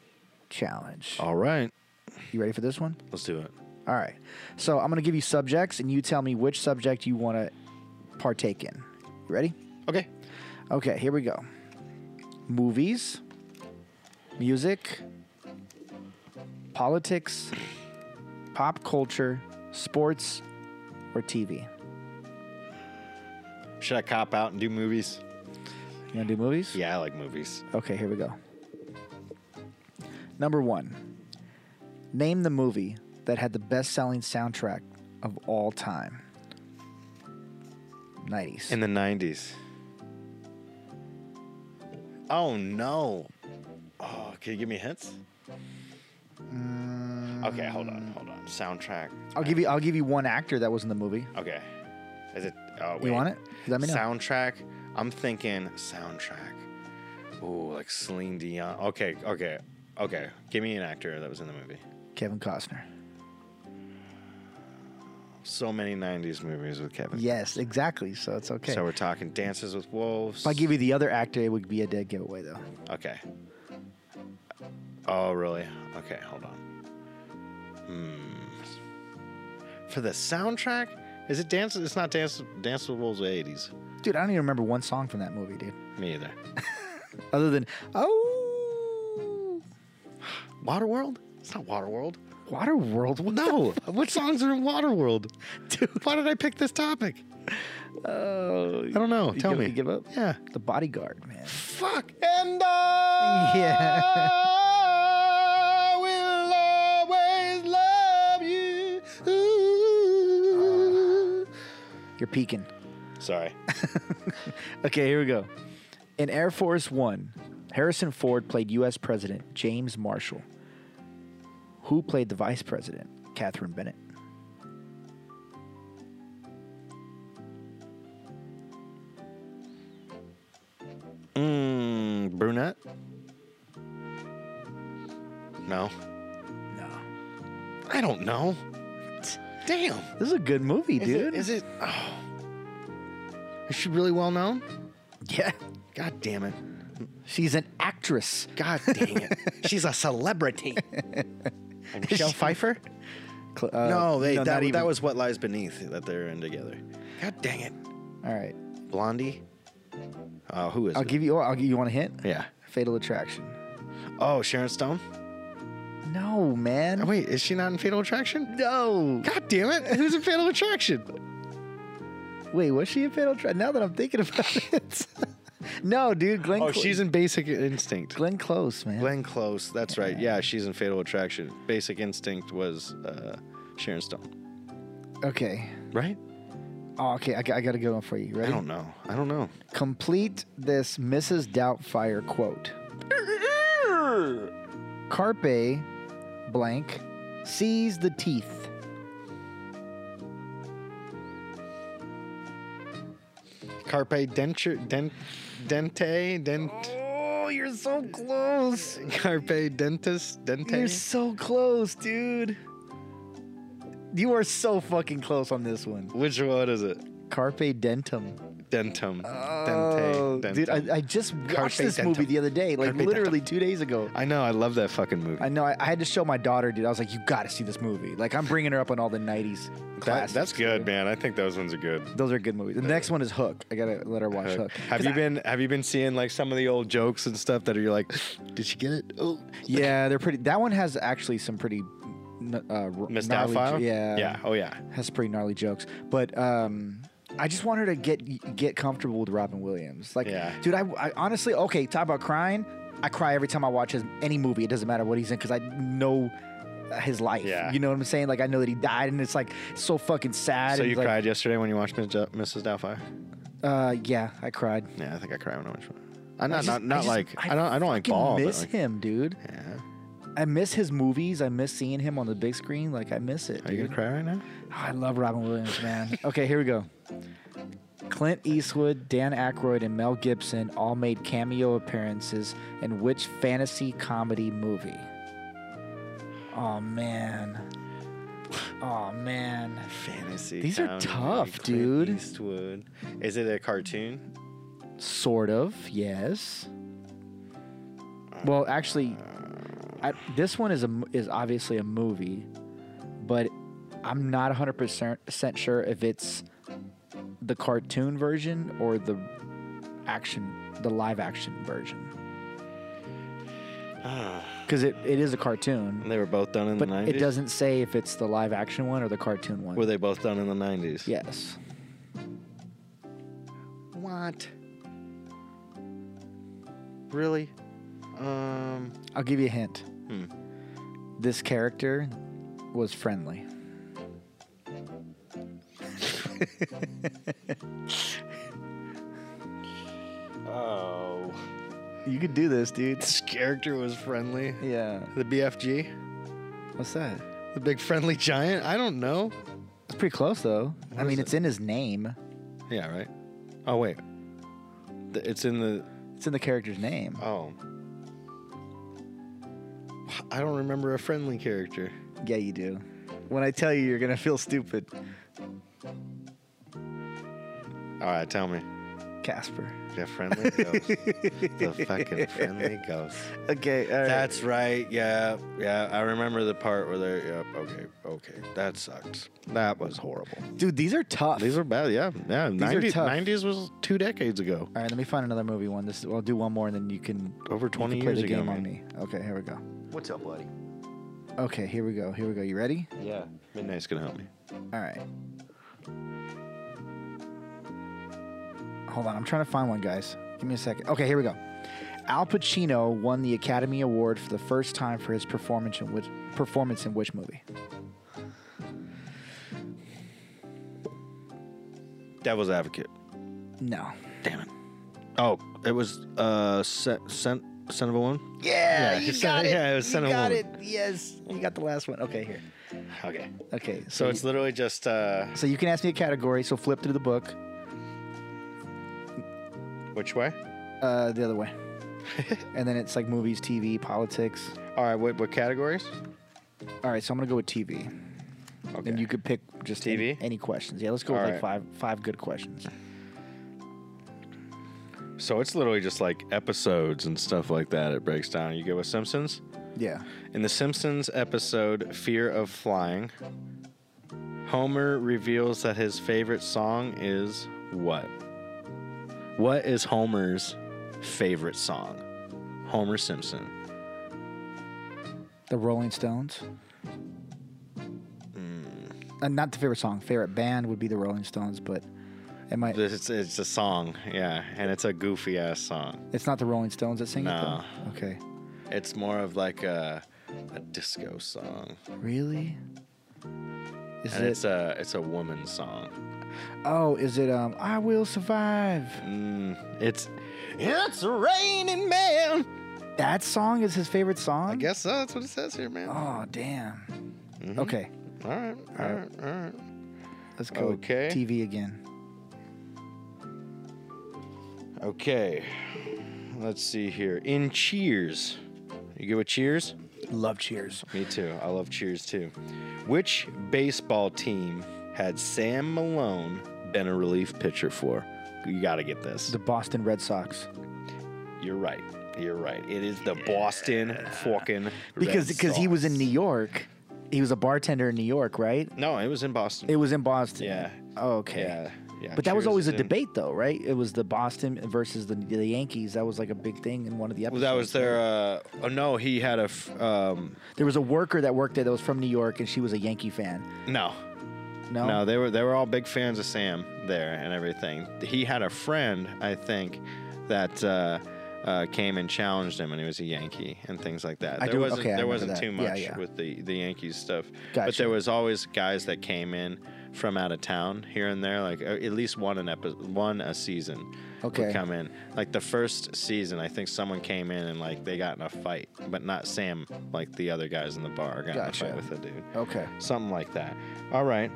[SPEAKER 1] Challenge.
[SPEAKER 2] All right,
[SPEAKER 1] You ready for this one?
[SPEAKER 2] let's do it.
[SPEAKER 1] All right. So I'm going to give you subjects and you tell me which subject you want to partake in. You ready?
[SPEAKER 2] Okay.
[SPEAKER 1] Okay, here we go. Movies, music, politics, pop culture, sports, or TV.
[SPEAKER 2] Should I cop out and do movies?
[SPEAKER 1] You want to do movies?
[SPEAKER 2] Yeah, I like movies.
[SPEAKER 1] Okay, here we go. Number one. Name the movie that had the best selling soundtrack of all time. 90s.
[SPEAKER 2] In the 90s. Oh, no. Oh, can you give me hints?
[SPEAKER 1] Mm.
[SPEAKER 2] Okay, hold on, hold on. Soundtrack.
[SPEAKER 1] I'll give you I'll give you one actor that was in the movie.
[SPEAKER 2] Okay. Is it? Oh, wait.
[SPEAKER 1] You want it? Let me know.
[SPEAKER 2] Soundtrack. I'm thinking soundtrack. Ooh, like Celine Dion. Okay, okay, okay. Give me an actor that was in the movie.
[SPEAKER 1] Kevin Costner.
[SPEAKER 2] So many 90s movies with Kevin.
[SPEAKER 1] Yes, exactly. So it's okay.
[SPEAKER 2] So we're talking Dances with Wolves.
[SPEAKER 1] if I give you the other actor, it would be a dead giveaway though.
[SPEAKER 2] Okay. Oh, really? Okay, hold on. Hmm. For the soundtrack, is it dance? It's not dance. Dance with Wolves eighties.
[SPEAKER 1] Dude, I don't even remember one song from that movie, dude.
[SPEAKER 2] Me either.
[SPEAKER 1] Other than oh
[SPEAKER 2] Waterworld? It's not Waterworld.
[SPEAKER 1] Waterworld. What the
[SPEAKER 2] No. what songs are in Waterworld?
[SPEAKER 1] [laughs]
[SPEAKER 2] Dude, why did I pick this topic? I don't know.
[SPEAKER 1] Oh, You
[SPEAKER 2] Tell
[SPEAKER 1] give-
[SPEAKER 2] me.
[SPEAKER 1] you give up?
[SPEAKER 2] Yeah.
[SPEAKER 1] The bodyguard, man.
[SPEAKER 2] Fuck. And I
[SPEAKER 1] Yeah.
[SPEAKER 2] will always love you. Ooh.
[SPEAKER 1] You're peeking.
[SPEAKER 2] Sorry.
[SPEAKER 1] Okay, here we go. In Air Force One, Harrison Ford played U.S. President James Marshall. Who played the Vice President? Catherine Bennett.
[SPEAKER 2] [laughs] Mm, brunette? No.
[SPEAKER 1] No.
[SPEAKER 2] I don't know. Damn.
[SPEAKER 1] This is a good movie,
[SPEAKER 2] Is
[SPEAKER 1] dude.
[SPEAKER 2] it? Is it? Oh. Is she really well known?
[SPEAKER 1] yeah.
[SPEAKER 2] God damn it.
[SPEAKER 1] She's an actress.
[SPEAKER 2] [laughs] God dang it. She's a [laughs] celebrity. Like Michelle Pfeiffer?
[SPEAKER 1] Cl- uh,
[SPEAKER 2] no, they,
[SPEAKER 1] not
[SPEAKER 2] that,
[SPEAKER 1] even-
[SPEAKER 2] that was What Lies Beneath that they're in together. God dang it.
[SPEAKER 1] All right.
[SPEAKER 2] Blondie? Oh, who is
[SPEAKER 1] I'll
[SPEAKER 2] it?
[SPEAKER 1] give you. I'll give you one hint.
[SPEAKER 2] yeah.
[SPEAKER 1] Fatal Attraction.
[SPEAKER 2] Oh, Sharon Stone?
[SPEAKER 1] No, man.
[SPEAKER 2] Oh, wait, is she not in Fatal Attraction?
[SPEAKER 1] No.
[SPEAKER 2] God damn it. Who's in Fatal Attraction?
[SPEAKER 1] Wait, was she in Fatal Attraction? Now that I'm thinking about [laughs] it. no, dude. Glenn.
[SPEAKER 2] Oh,
[SPEAKER 1] Cl-
[SPEAKER 2] she's in Basic Instinct.
[SPEAKER 1] Glenn Close, man.
[SPEAKER 2] Glenn Close. That's right. Yeah, she's in Fatal Attraction. Basic Instinct was uh, Sharon Stone.
[SPEAKER 1] Okay.
[SPEAKER 2] Right?
[SPEAKER 1] Oh, okay. I, got- I got a good one for you.
[SPEAKER 2] I
[SPEAKER 1] Ready?
[SPEAKER 2] don't know. I don't know.
[SPEAKER 1] Complete this Mrs. Doubtfire quote. Carpe blank sees the teeth.
[SPEAKER 2] Carpe denture, dent, dente, dent.
[SPEAKER 1] Oh, you're so close.
[SPEAKER 2] Carpe dentis, dente.
[SPEAKER 1] You're so close, dude. You are so fucking close on this one.
[SPEAKER 2] Which one is it?
[SPEAKER 1] Carpe dentum.
[SPEAKER 2] Dentum.
[SPEAKER 1] Oh,
[SPEAKER 2] dente. Dentum.
[SPEAKER 1] dude, I, I just watched
[SPEAKER 2] Carpe
[SPEAKER 1] this
[SPEAKER 2] dentum.
[SPEAKER 1] movie the other day, like
[SPEAKER 2] Carpe
[SPEAKER 1] literally two days ago.
[SPEAKER 2] I know. I love that fucking movie.
[SPEAKER 1] I know. I, I had to show my daughter, dude. I was like, "You got to see this movie." Like, I'm bringing her up on all the '90s
[SPEAKER 3] That,
[SPEAKER 1] classics.
[SPEAKER 3] that's good, man. I think those ones are good.
[SPEAKER 1] Those are good movies. The next one is Hook. I gotta let her watch Hook.
[SPEAKER 2] Uh, Have you been Have you been seeing like some of the old jokes and stuff that are you're like, did she get it? Oh,
[SPEAKER 1] Yeah, they're pretty. That one has actually some pretty. n- Uh,
[SPEAKER 2] Miss
[SPEAKER 1] gnarly jo-
[SPEAKER 2] Doubtfire.
[SPEAKER 1] yeah,
[SPEAKER 2] Yeah. Oh yeah.
[SPEAKER 1] has pretty gnarly jokes. But um, I just want her to get get comfortable with Robin Williams. Like,
[SPEAKER 2] Yeah.
[SPEAKER 1] dude, I, I honestly okay. Talk about crying. I cry every time I watch his, any movie. It doesn't matter what he's in because I know his life.
[SPEAKER 2] Yeah.
[SPEAKER 1] You know what I'm saying? Like I know that he died, and it's like so fucking sad.
[SPEAKER 2] So
[SPEAKER 1] and
[SPEAKER 2] you
[SPEAKER 1] like,
[SPEAKER 2] cried yesterday when you watched Ms. Dou- Mrs. Doubtfire?
[SPEAKER 1] Uh, yeah, I cried.
[SPEAKER 2] Yeah, I think I cried when I watched. it. I'm not
[SPEAKER 1] just-
[SPEAKER 2] not, not
[SPEAKER 1] just-
[SPEAKER 2] like I, don't I don't like
[SPEAKER 1] fucking
[SPEAKER 2] ball. but,
[SPEAKER 1] Miss
[SPEAKER 2] like,
[SPEAKER 1] him, dude.
[SPEAKER 2] yeah.
[SPEAKER 1] I miss his movies. I miss seeing him on the big screen. Like I miss it.
[SPEAKER 2] Are you
[SPEAKER 1] dude.
[SPEAKER 2] gonna cry right now?
[SPEAKER 1] [laughs] I love Robin Williams, man. okay, here we go. Clint Eastwood, Dan Aykroyd, and Mel Gibson all made cameo appearances in which fantasy comedy movie? Oh man. Oh man.
[SPEAKER 2] Fantasy.
[SPEAKER 1] These are
[SPEAKER 2] comedy,
[SPEAKER 1] tough,
[SPEAKER 2] Clint
[SPEAKER 1] dude.
[SPEAKER 2] Eastwood. Is it a cartoon?
[SPEAKER 1] Sort of, yes. Well, actually, I, this one is a m- is obviously a movie, but I'm not 100 percent sure if it's the cartoon version or the action, the live action version. Because it, it is a cartoon,
[SPEAKER 2] They were both done in
[SPEAKER 1] but
[SPEAKER 2] the 90s.
[SPEAKER 1] it doesn't say if it's the live action one or the cartoon one.
[SPEAKER 2] Were they both done in the 90s?
[SPEAKER 1] yes.
[SPEAKER 2] What? Really? Um.
[SPEAKER 1] I'll give you a hint. This character was friendly.
[SPEAKER 2] Oh.
[SPEAKER 1] You could do this, dude.
[SPEAKER 2] This character was friendly.
[SPEAKER 1] Yeah.
[SPEAKER 2] The BFG?
[SPEAKER 1] What's that?
[SPEAKER 2] The big friendly giant? I don't know.
[SPEAKER 1] It's pretty close though. I
[SPEAKER 2] is
[SPEAKER 1] mean,
[SPEAKER 2] it?
[SPEAKER 1] it's in his name.
[SPEAKER 2] Yeah, right? Oh, wait. Th- It's in the.
[SPEAKER 1] It's in the character's name.
[SPEAKER 2] Oh. I don't remember a friendly character.
[SPEAKER 1] Yeah, you do. When I tell you, you're gonna feel stupid.
[SPEAKER 2] All right, tell me.
[SPEAKER 1] Casper. [laughs]
[SPEAKER 2] The friendly ghost. the fucking friendly ghost.
[SPEAKER 1] Okay. All right.
[SPEAKER 2] That's right. Yeah. Yeah. I remember the part where they're. Yep. Okay. Okay. That sucked. That was horrible.
[SPEAKER 1] dude, these are tough.
[SPEAKER 2] These are bad. Yeah. Yeah.
[SPEAKER 1] are
[SPEAKER 2] 90,
[SPEAKER 1] tough.
[SPEAKER 2] 90s was two decades ago.
[SPEAKER 1] All right. Let me find another movie one. This I'll do one more, and then you can
[SPEAKER 2] Over
[SPEAKER 1] you can
[SPEAKER 2] 20
[SPEAKER 1] play
[SPEAKER 2] years
[SPEAKER 1] the
[SPEAKER 2] ago,
[SPEAKER 1] game on
[SPEAKER 2] man.
[SPEAKER 1] me. Okay. Here we go.
[SPEAKER 2] What's up, buddy?
[SPEAKER 1] Okay. Here we go. Here we go. You ready?
[SPEAKER 2] Yeah. Midnight's going to help me.
[SPEAKER 1] All right. Hold on, I'm trying to find one, guys. Give me a second. Okay, here we go. Al Pacino won the Academy Award for the first time for his performance in which performance in which movie?
[SPEAKER 2] Devil's Advocate.
[SPEAKER 1] No.
[SPEAKER 2] Damn it. Oh, it was uh, Sen- Sen- Son of a Woman? Yeah, you got it. Yeah, it was Son of a Woman.
[SPEAKER 1] Yes, you got the last one. Okay, here.
[SPEAKER 2] Okay.
[SPEAKER 1] Okay,
[SPEAKER 2] So
[SPEAKER 1] so
[SPEAKER 2] it's literally just. Uh,
[SPEAKER 1] so you can ask me a category. So flip to the book,
[SPEAKER 2] which way?
[SPEAKER 1] uh, the
[SPEAKER 2] [laughs]
[SPEAKER 1] other way, and then it's like movies, TV, politics.
[SPEAKER 2] All right. What, what categories?
[SPEAKER 1] All right, so I'm gonna go with TV.
[SPEAKER 2] Okay.
[SPEAKER 1] And you could pick just
[SPEAKER 2] TV?
[SPEAKER 1] Any, any questions. Yeah, let's go with
[SPEAKER 2] All
[SPEAKER 1] like five five good questions.
[SPEAKER 2] So it's literally just like episodes and stuff like that. It breaks down. You go with Simpsons.
[SPEAKER 1] Yeah.
[SPEAKER 2] In the Simpsons episode Fear of Flying, Homer reveals that his favorite song is what? What is Homer's favorite song? Homer Simpson.
[SPEAKER 1] The Rolling Stones.
[SPEAKER 2] Hmm.
[SPEAKER 1] Uh, not the favorite song. Favorite band would be the Rolling Stones, but it might.
[SPEAKER 2] This it's, it's a song, yeah, and it's a goofy ass song.
[SPEAKER 1] it's not the Rolling Stones that sing
[SPEAKER 2] No.
[SPEAKER 1] it. though? Okay.
[SPEAKER 2] It's more of like a, a disco song,
[SPEAKER 1] Really? Is
[SPEAKER 2] and
[SPEAKER 1] it?
[SPEAKER 2] it's a it's a woman's song.
[SPEAKER 1] oh, is it? Um, I will survive.
[SPEAKER 2] Mm, it's it's a raining man.
[SPEAKER 1] That song is his favorite song.
[SPEAKER 2] I guess Mm-hmm. so. That's what it says here, man.
[SPEAKER 1] Oh damn. Okay,
[SPEAKER 2] All right, all right, all right.
[SPEAKER 1] let's go. with
[SPEAKER 2] Okay.
[SPEAKER 1] TV again.
[SPEAKER 2] Okay. Let's see here. In Cheers. You go with Cheers?
[SPEAKER 1] Love Cheers.
[SPEAKER 2] Me too. I love Cheers too. Which baseball team had Sam Malone been a relief pitcher for? You got to get this.
[SPEAKER 1] The Boston Red Sox.
[SPEAKER 2] You're right. You're right. It is the Boston fucking
[SPEAKER 1] Because
[SPEAKER 2] Red
[SPEAKER 1] because he was in
[SPEAKER 2] Sox.
[SPEAKER 1] New York. He was a bartender in New York, right?
[SPEAKER 2] No, it was in Boston.
[SPEAKER 1] It was in Boston.
[SPEAKER 2] yeah.
[SPEAKER 1] Oh, okay.
[SPEAKER 2] Yeah. Yeah.
[SPEAKER 1] But that was
[SPEAKER 2] Cheers
[SPEAKER 1] always
[SPEAKER 2] is
[SPEAKER 1] a
[SPEAKER 2] in-
[SPEAKER 1] debate, though, right? It was the Boston versus the, the Yankees. That was like a big thing in one of the
[SPEAKER 2] Well,
[SPEAKER 1] episodes.
[SPEAKER 2] that was their. Uh, oh no, he had a. F- um,
[SPEAKER 1] There was a worker that worked there that was from New York, and she was a Yankee fan.
[SPEAKER 2] no,
[SPEAKER 1] No,
[SPEAKER 2] No, they were they were all big fans of Sam there and everything. He had a friend, I think, that uh, uh, came and challenged him, and he was a Yankee and things like that.
[SPEAKER 1] I
[SPEAKER 2] there
[SPEAKER 1] do-
[SPEAKER 2] wasn't
[SPEAKER 1] okay, I
[SPEAKER 2] there
[SPEAKER 1] remember
[SPEAKER 2] wasn't
[SPEAKER 1] that.
[SPEAKER 2] too
[SPEAKER 1] Yeah,
[SPEAKER 2] much
[SPEAKER 1] yeah.
[SPEAKER 2] with the the Yankees stuff, but
[SPEAKER 1] Gotcha.
[SPEAKER 2] there was always guys that came in from out of town here and there, like uh, at least one an episode, one a season.
[SPEAKER 1] Okay.
[SPEAKER 2] Would come in like the first season. I think someone came in and like they got in a fight, but not Sam. Like the other guys in the bar got
[SPEAKER 1] Gotcha.
[SPEAKER 2] in a fight with the dude
[SPEAKER 1] Okay.
[SPEAKER 2] something like that. All right.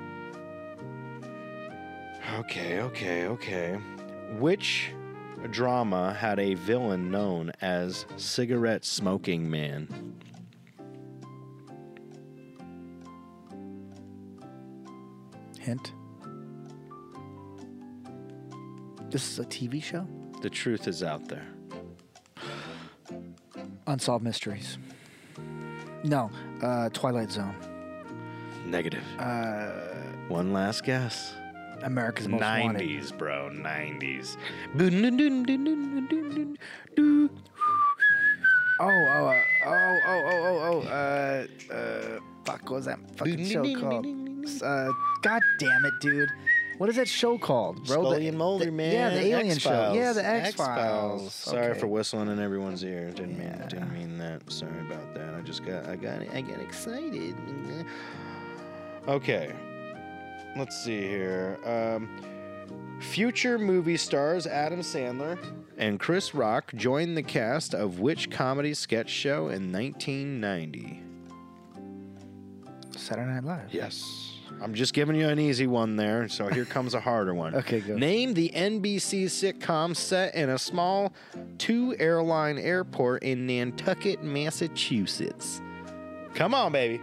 [SPEAKER 2] Okay, okay, okay. Which drama had a villain known as Cigarette Smoking Man?
[SPEAKER 1] Hint. This is a TV show?
[SPEAKER 2] The truth is out there.
[SPEAKER 1] Unsolved Mysteries. No, uh, Twilight Zone.
[SPEAKER 2] Negative. Uh, One last guess.
[SPEAKER 1] America's Most Wanted.
[SPEAKER 2] Nineties, bro. Nineties. What
[SPEAKER 1] Oh, oh, uh, oh, oh, oh, oh, oh. Uh, uh, fuck, what was that fucking show called? Uh, God damn it, dude. What is that show called? Bro,
[SPEAKER 2] Scully and Mulder,
[SPEAKER 1] the-
[SPEAKER 2] man.
[SPEAKER 1] Yeah, the Alien
[SPEAKER 2] X-Files.
[SPEAKER 1] show. Yeah, the X Files.
[SPEAKER 2] Sorry for whistling in everyone's ear. Didn't mean. Didn't mean that. Sorry about that. I just got. I got. I got excited. Okay. Let's see here. Um, future movie stars Adam Sandler and Chris Rock joined the cast of which comedy sketch show in 1990?
[SPEAKER 1] Saturday Night Live.
[SPEAKER 2] Yes. I'm just giving you an easy one there, so here comes a harder
[SPEAKER 1] [laughs]
[SPEAKER 2] one.
[SPEAKER 1] Okay, go.
[SPEAKER 2] Name the NBC sitcom set in a small two airline airport in Nantucket, Massachusetts. Come on, baby.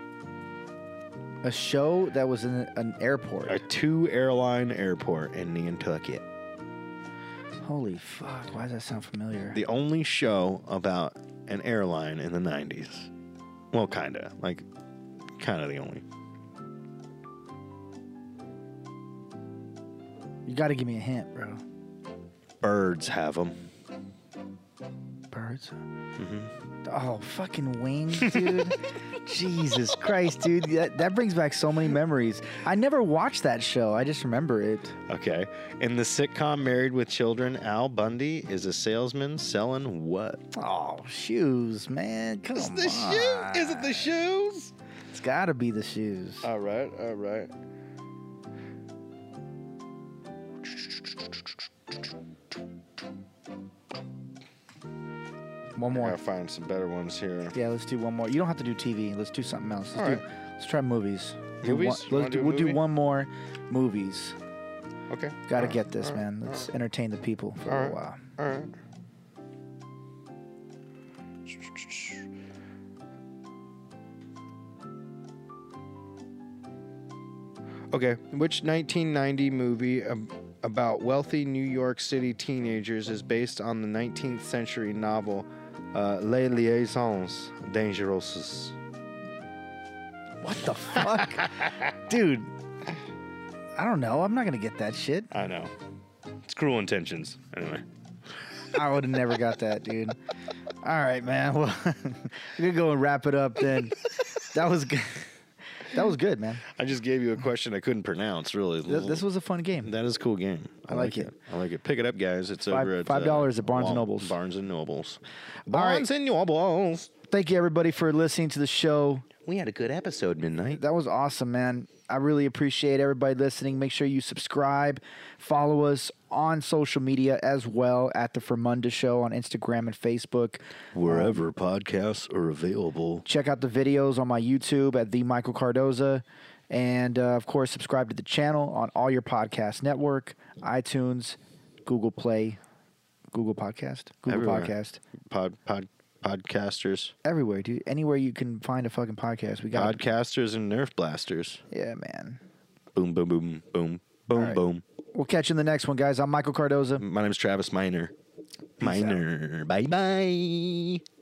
[SPEAKER 1] A show that was in an airport.
[SPEAKER 2] A two airline airport in Nantucket.
[SPEAKER 1] Holy fuck, why does that sound familiar?
[SPEAKER 2] The only show about an airline in the 90s. Well, kind of. Like, kind of the only.
[SPEAKER 1] you gotta give me a hint, bro.
[SPEAKER 2] Birds have them.
[SPEAKER 1] Birds. Mm-hmm. Oh, fucking wings,
[SPEAKER 2] [laughs]
[SPEAKER 1] dude. Jesus Christ, dude. That, that brings back so many memories. I never watched that show. I just remember it.
[SPEAKER 2] Okay. In the sitcom Married with Children, Al Bundy is a salesman selling what?
[SPEAKER 1] Oh, shoes, man. Come on.
[SPEAKER 2] the shoes?
[SPEAKER 1] It's gotta be the shoes.
[SPEAKER 2] All right, all right.
[SPEAKER 1] one
[SPEAKER 2] I
[SPEAKER 1] more.
[SPEAKER 2] gotta find some better ones here.
[SPEAKER 1] Yeah, let's do one more. You don't have to do TV. Let's do something else. Let's,
[SPEAKER 2] All
[SPEAKER 1] do, let's try movies. Do
[SPEAKER 2] Movies? You
[SPEAKER 1] One,
[SPEAKER 2] wanna
[SPEAKER 1] let's
[SPEAKER 2] do
[SPEAKER 1] do,
[SPEAKER 2] a
[SPEAKER 1] we'll do
[SPEAKER 2] movie?
[SPEAKER 1] one more. Movies.
[SPEAKER 2] Okay.
[SPEAKER 1] Got to
[SPEAKER 2] all right,
[SPEAKER 1] get this,
[SPEAKER 2] all right,
[SPEAKER 1] man. Let's entertain the people for
[SPEAKER 2] All
[SPEAKER 1] a
[SPEAKER 2] right.
[SPEAKER 1] while.
[SPEAKER 2] All right. Okay, which 1990 movie ab- about wealthy New York City teenagers is based on the 19th century novel uh, Les Liaisons Dangereuses?
[SPEAKER 1] What
[SPEAKER 2] [laughs]
[SPEAKER 1] the fuck? Dude, I don't know. I'm not going to get that shit.
[SPEAKER 3] I know. It's cruel intentions. Anyway.
[SPEAKER 1] I would have never got that, dude. All right, man. [laughs] Well, we could go and wrap it up then. That was good. [laughs] That was good, man.
[SPEAKER 2] I just gave you a question I couldn't pronounce, really.
[SPEAKER 1] Th- This was a fun game.
[SPEAKER 2] That is a cool game. I,
[SPEAKER 1] like it.
[SPEAKER 2] I like it. Pick it up, guys. It's
[SPEAKER 1] Five-
[SPEAKER 2] over at uh,
[SPEAKER 1] five dollars at Barnes and
[SPEAKER 2] Wal-
[SPEAKER 1] Nobles.
[SPEAKER 2] Barnes and Nobles.
[SPEAKER 1] right.
[SPEAKER 2] Barnes and Nobles.
[SPEAKER 1] Thank you everybody for listening to the show.
[SPEAKER 2] We had a good episode midnight.
[SPEAKER 1] That was awesome, man. I really appreciate everybody listening. Make sure you subscribe, follow us on social media as well at the Fermunda Show on Instagram and Facebook.
[SPEAKER 2] Wherever podcasts are available.
[SPEAKER 1] Check out the videos on my YouTube at the Michael Cardoza, and uh, of course, subscribe to the channel on all your podcast network, iTunes, Google Play, Google Podcast, Google
[SPEAKER 2] Everywhere.
[SPEAKER 1] Podcast,
[SPEAKER 2] Pod pod podcasters.
[SPEAKER 1] everywhere, dude. Anywhere you can find a fucking podcast, we got. it.
[SPEAKER 2] Podcasters and Nerf blasters.
[SPEAKER 1] Yeah, man.
[SPEAKER 2] Boom boom boom boom boom
[SPEAKER 1] right.
[SPEAKER 2] boom.
[SPEAKER 1] We'll catch you in the next one, guys. I'm Michael Cardoza.
[SPEAKER 2] My name's Travis Miner. Miner. Bye bye.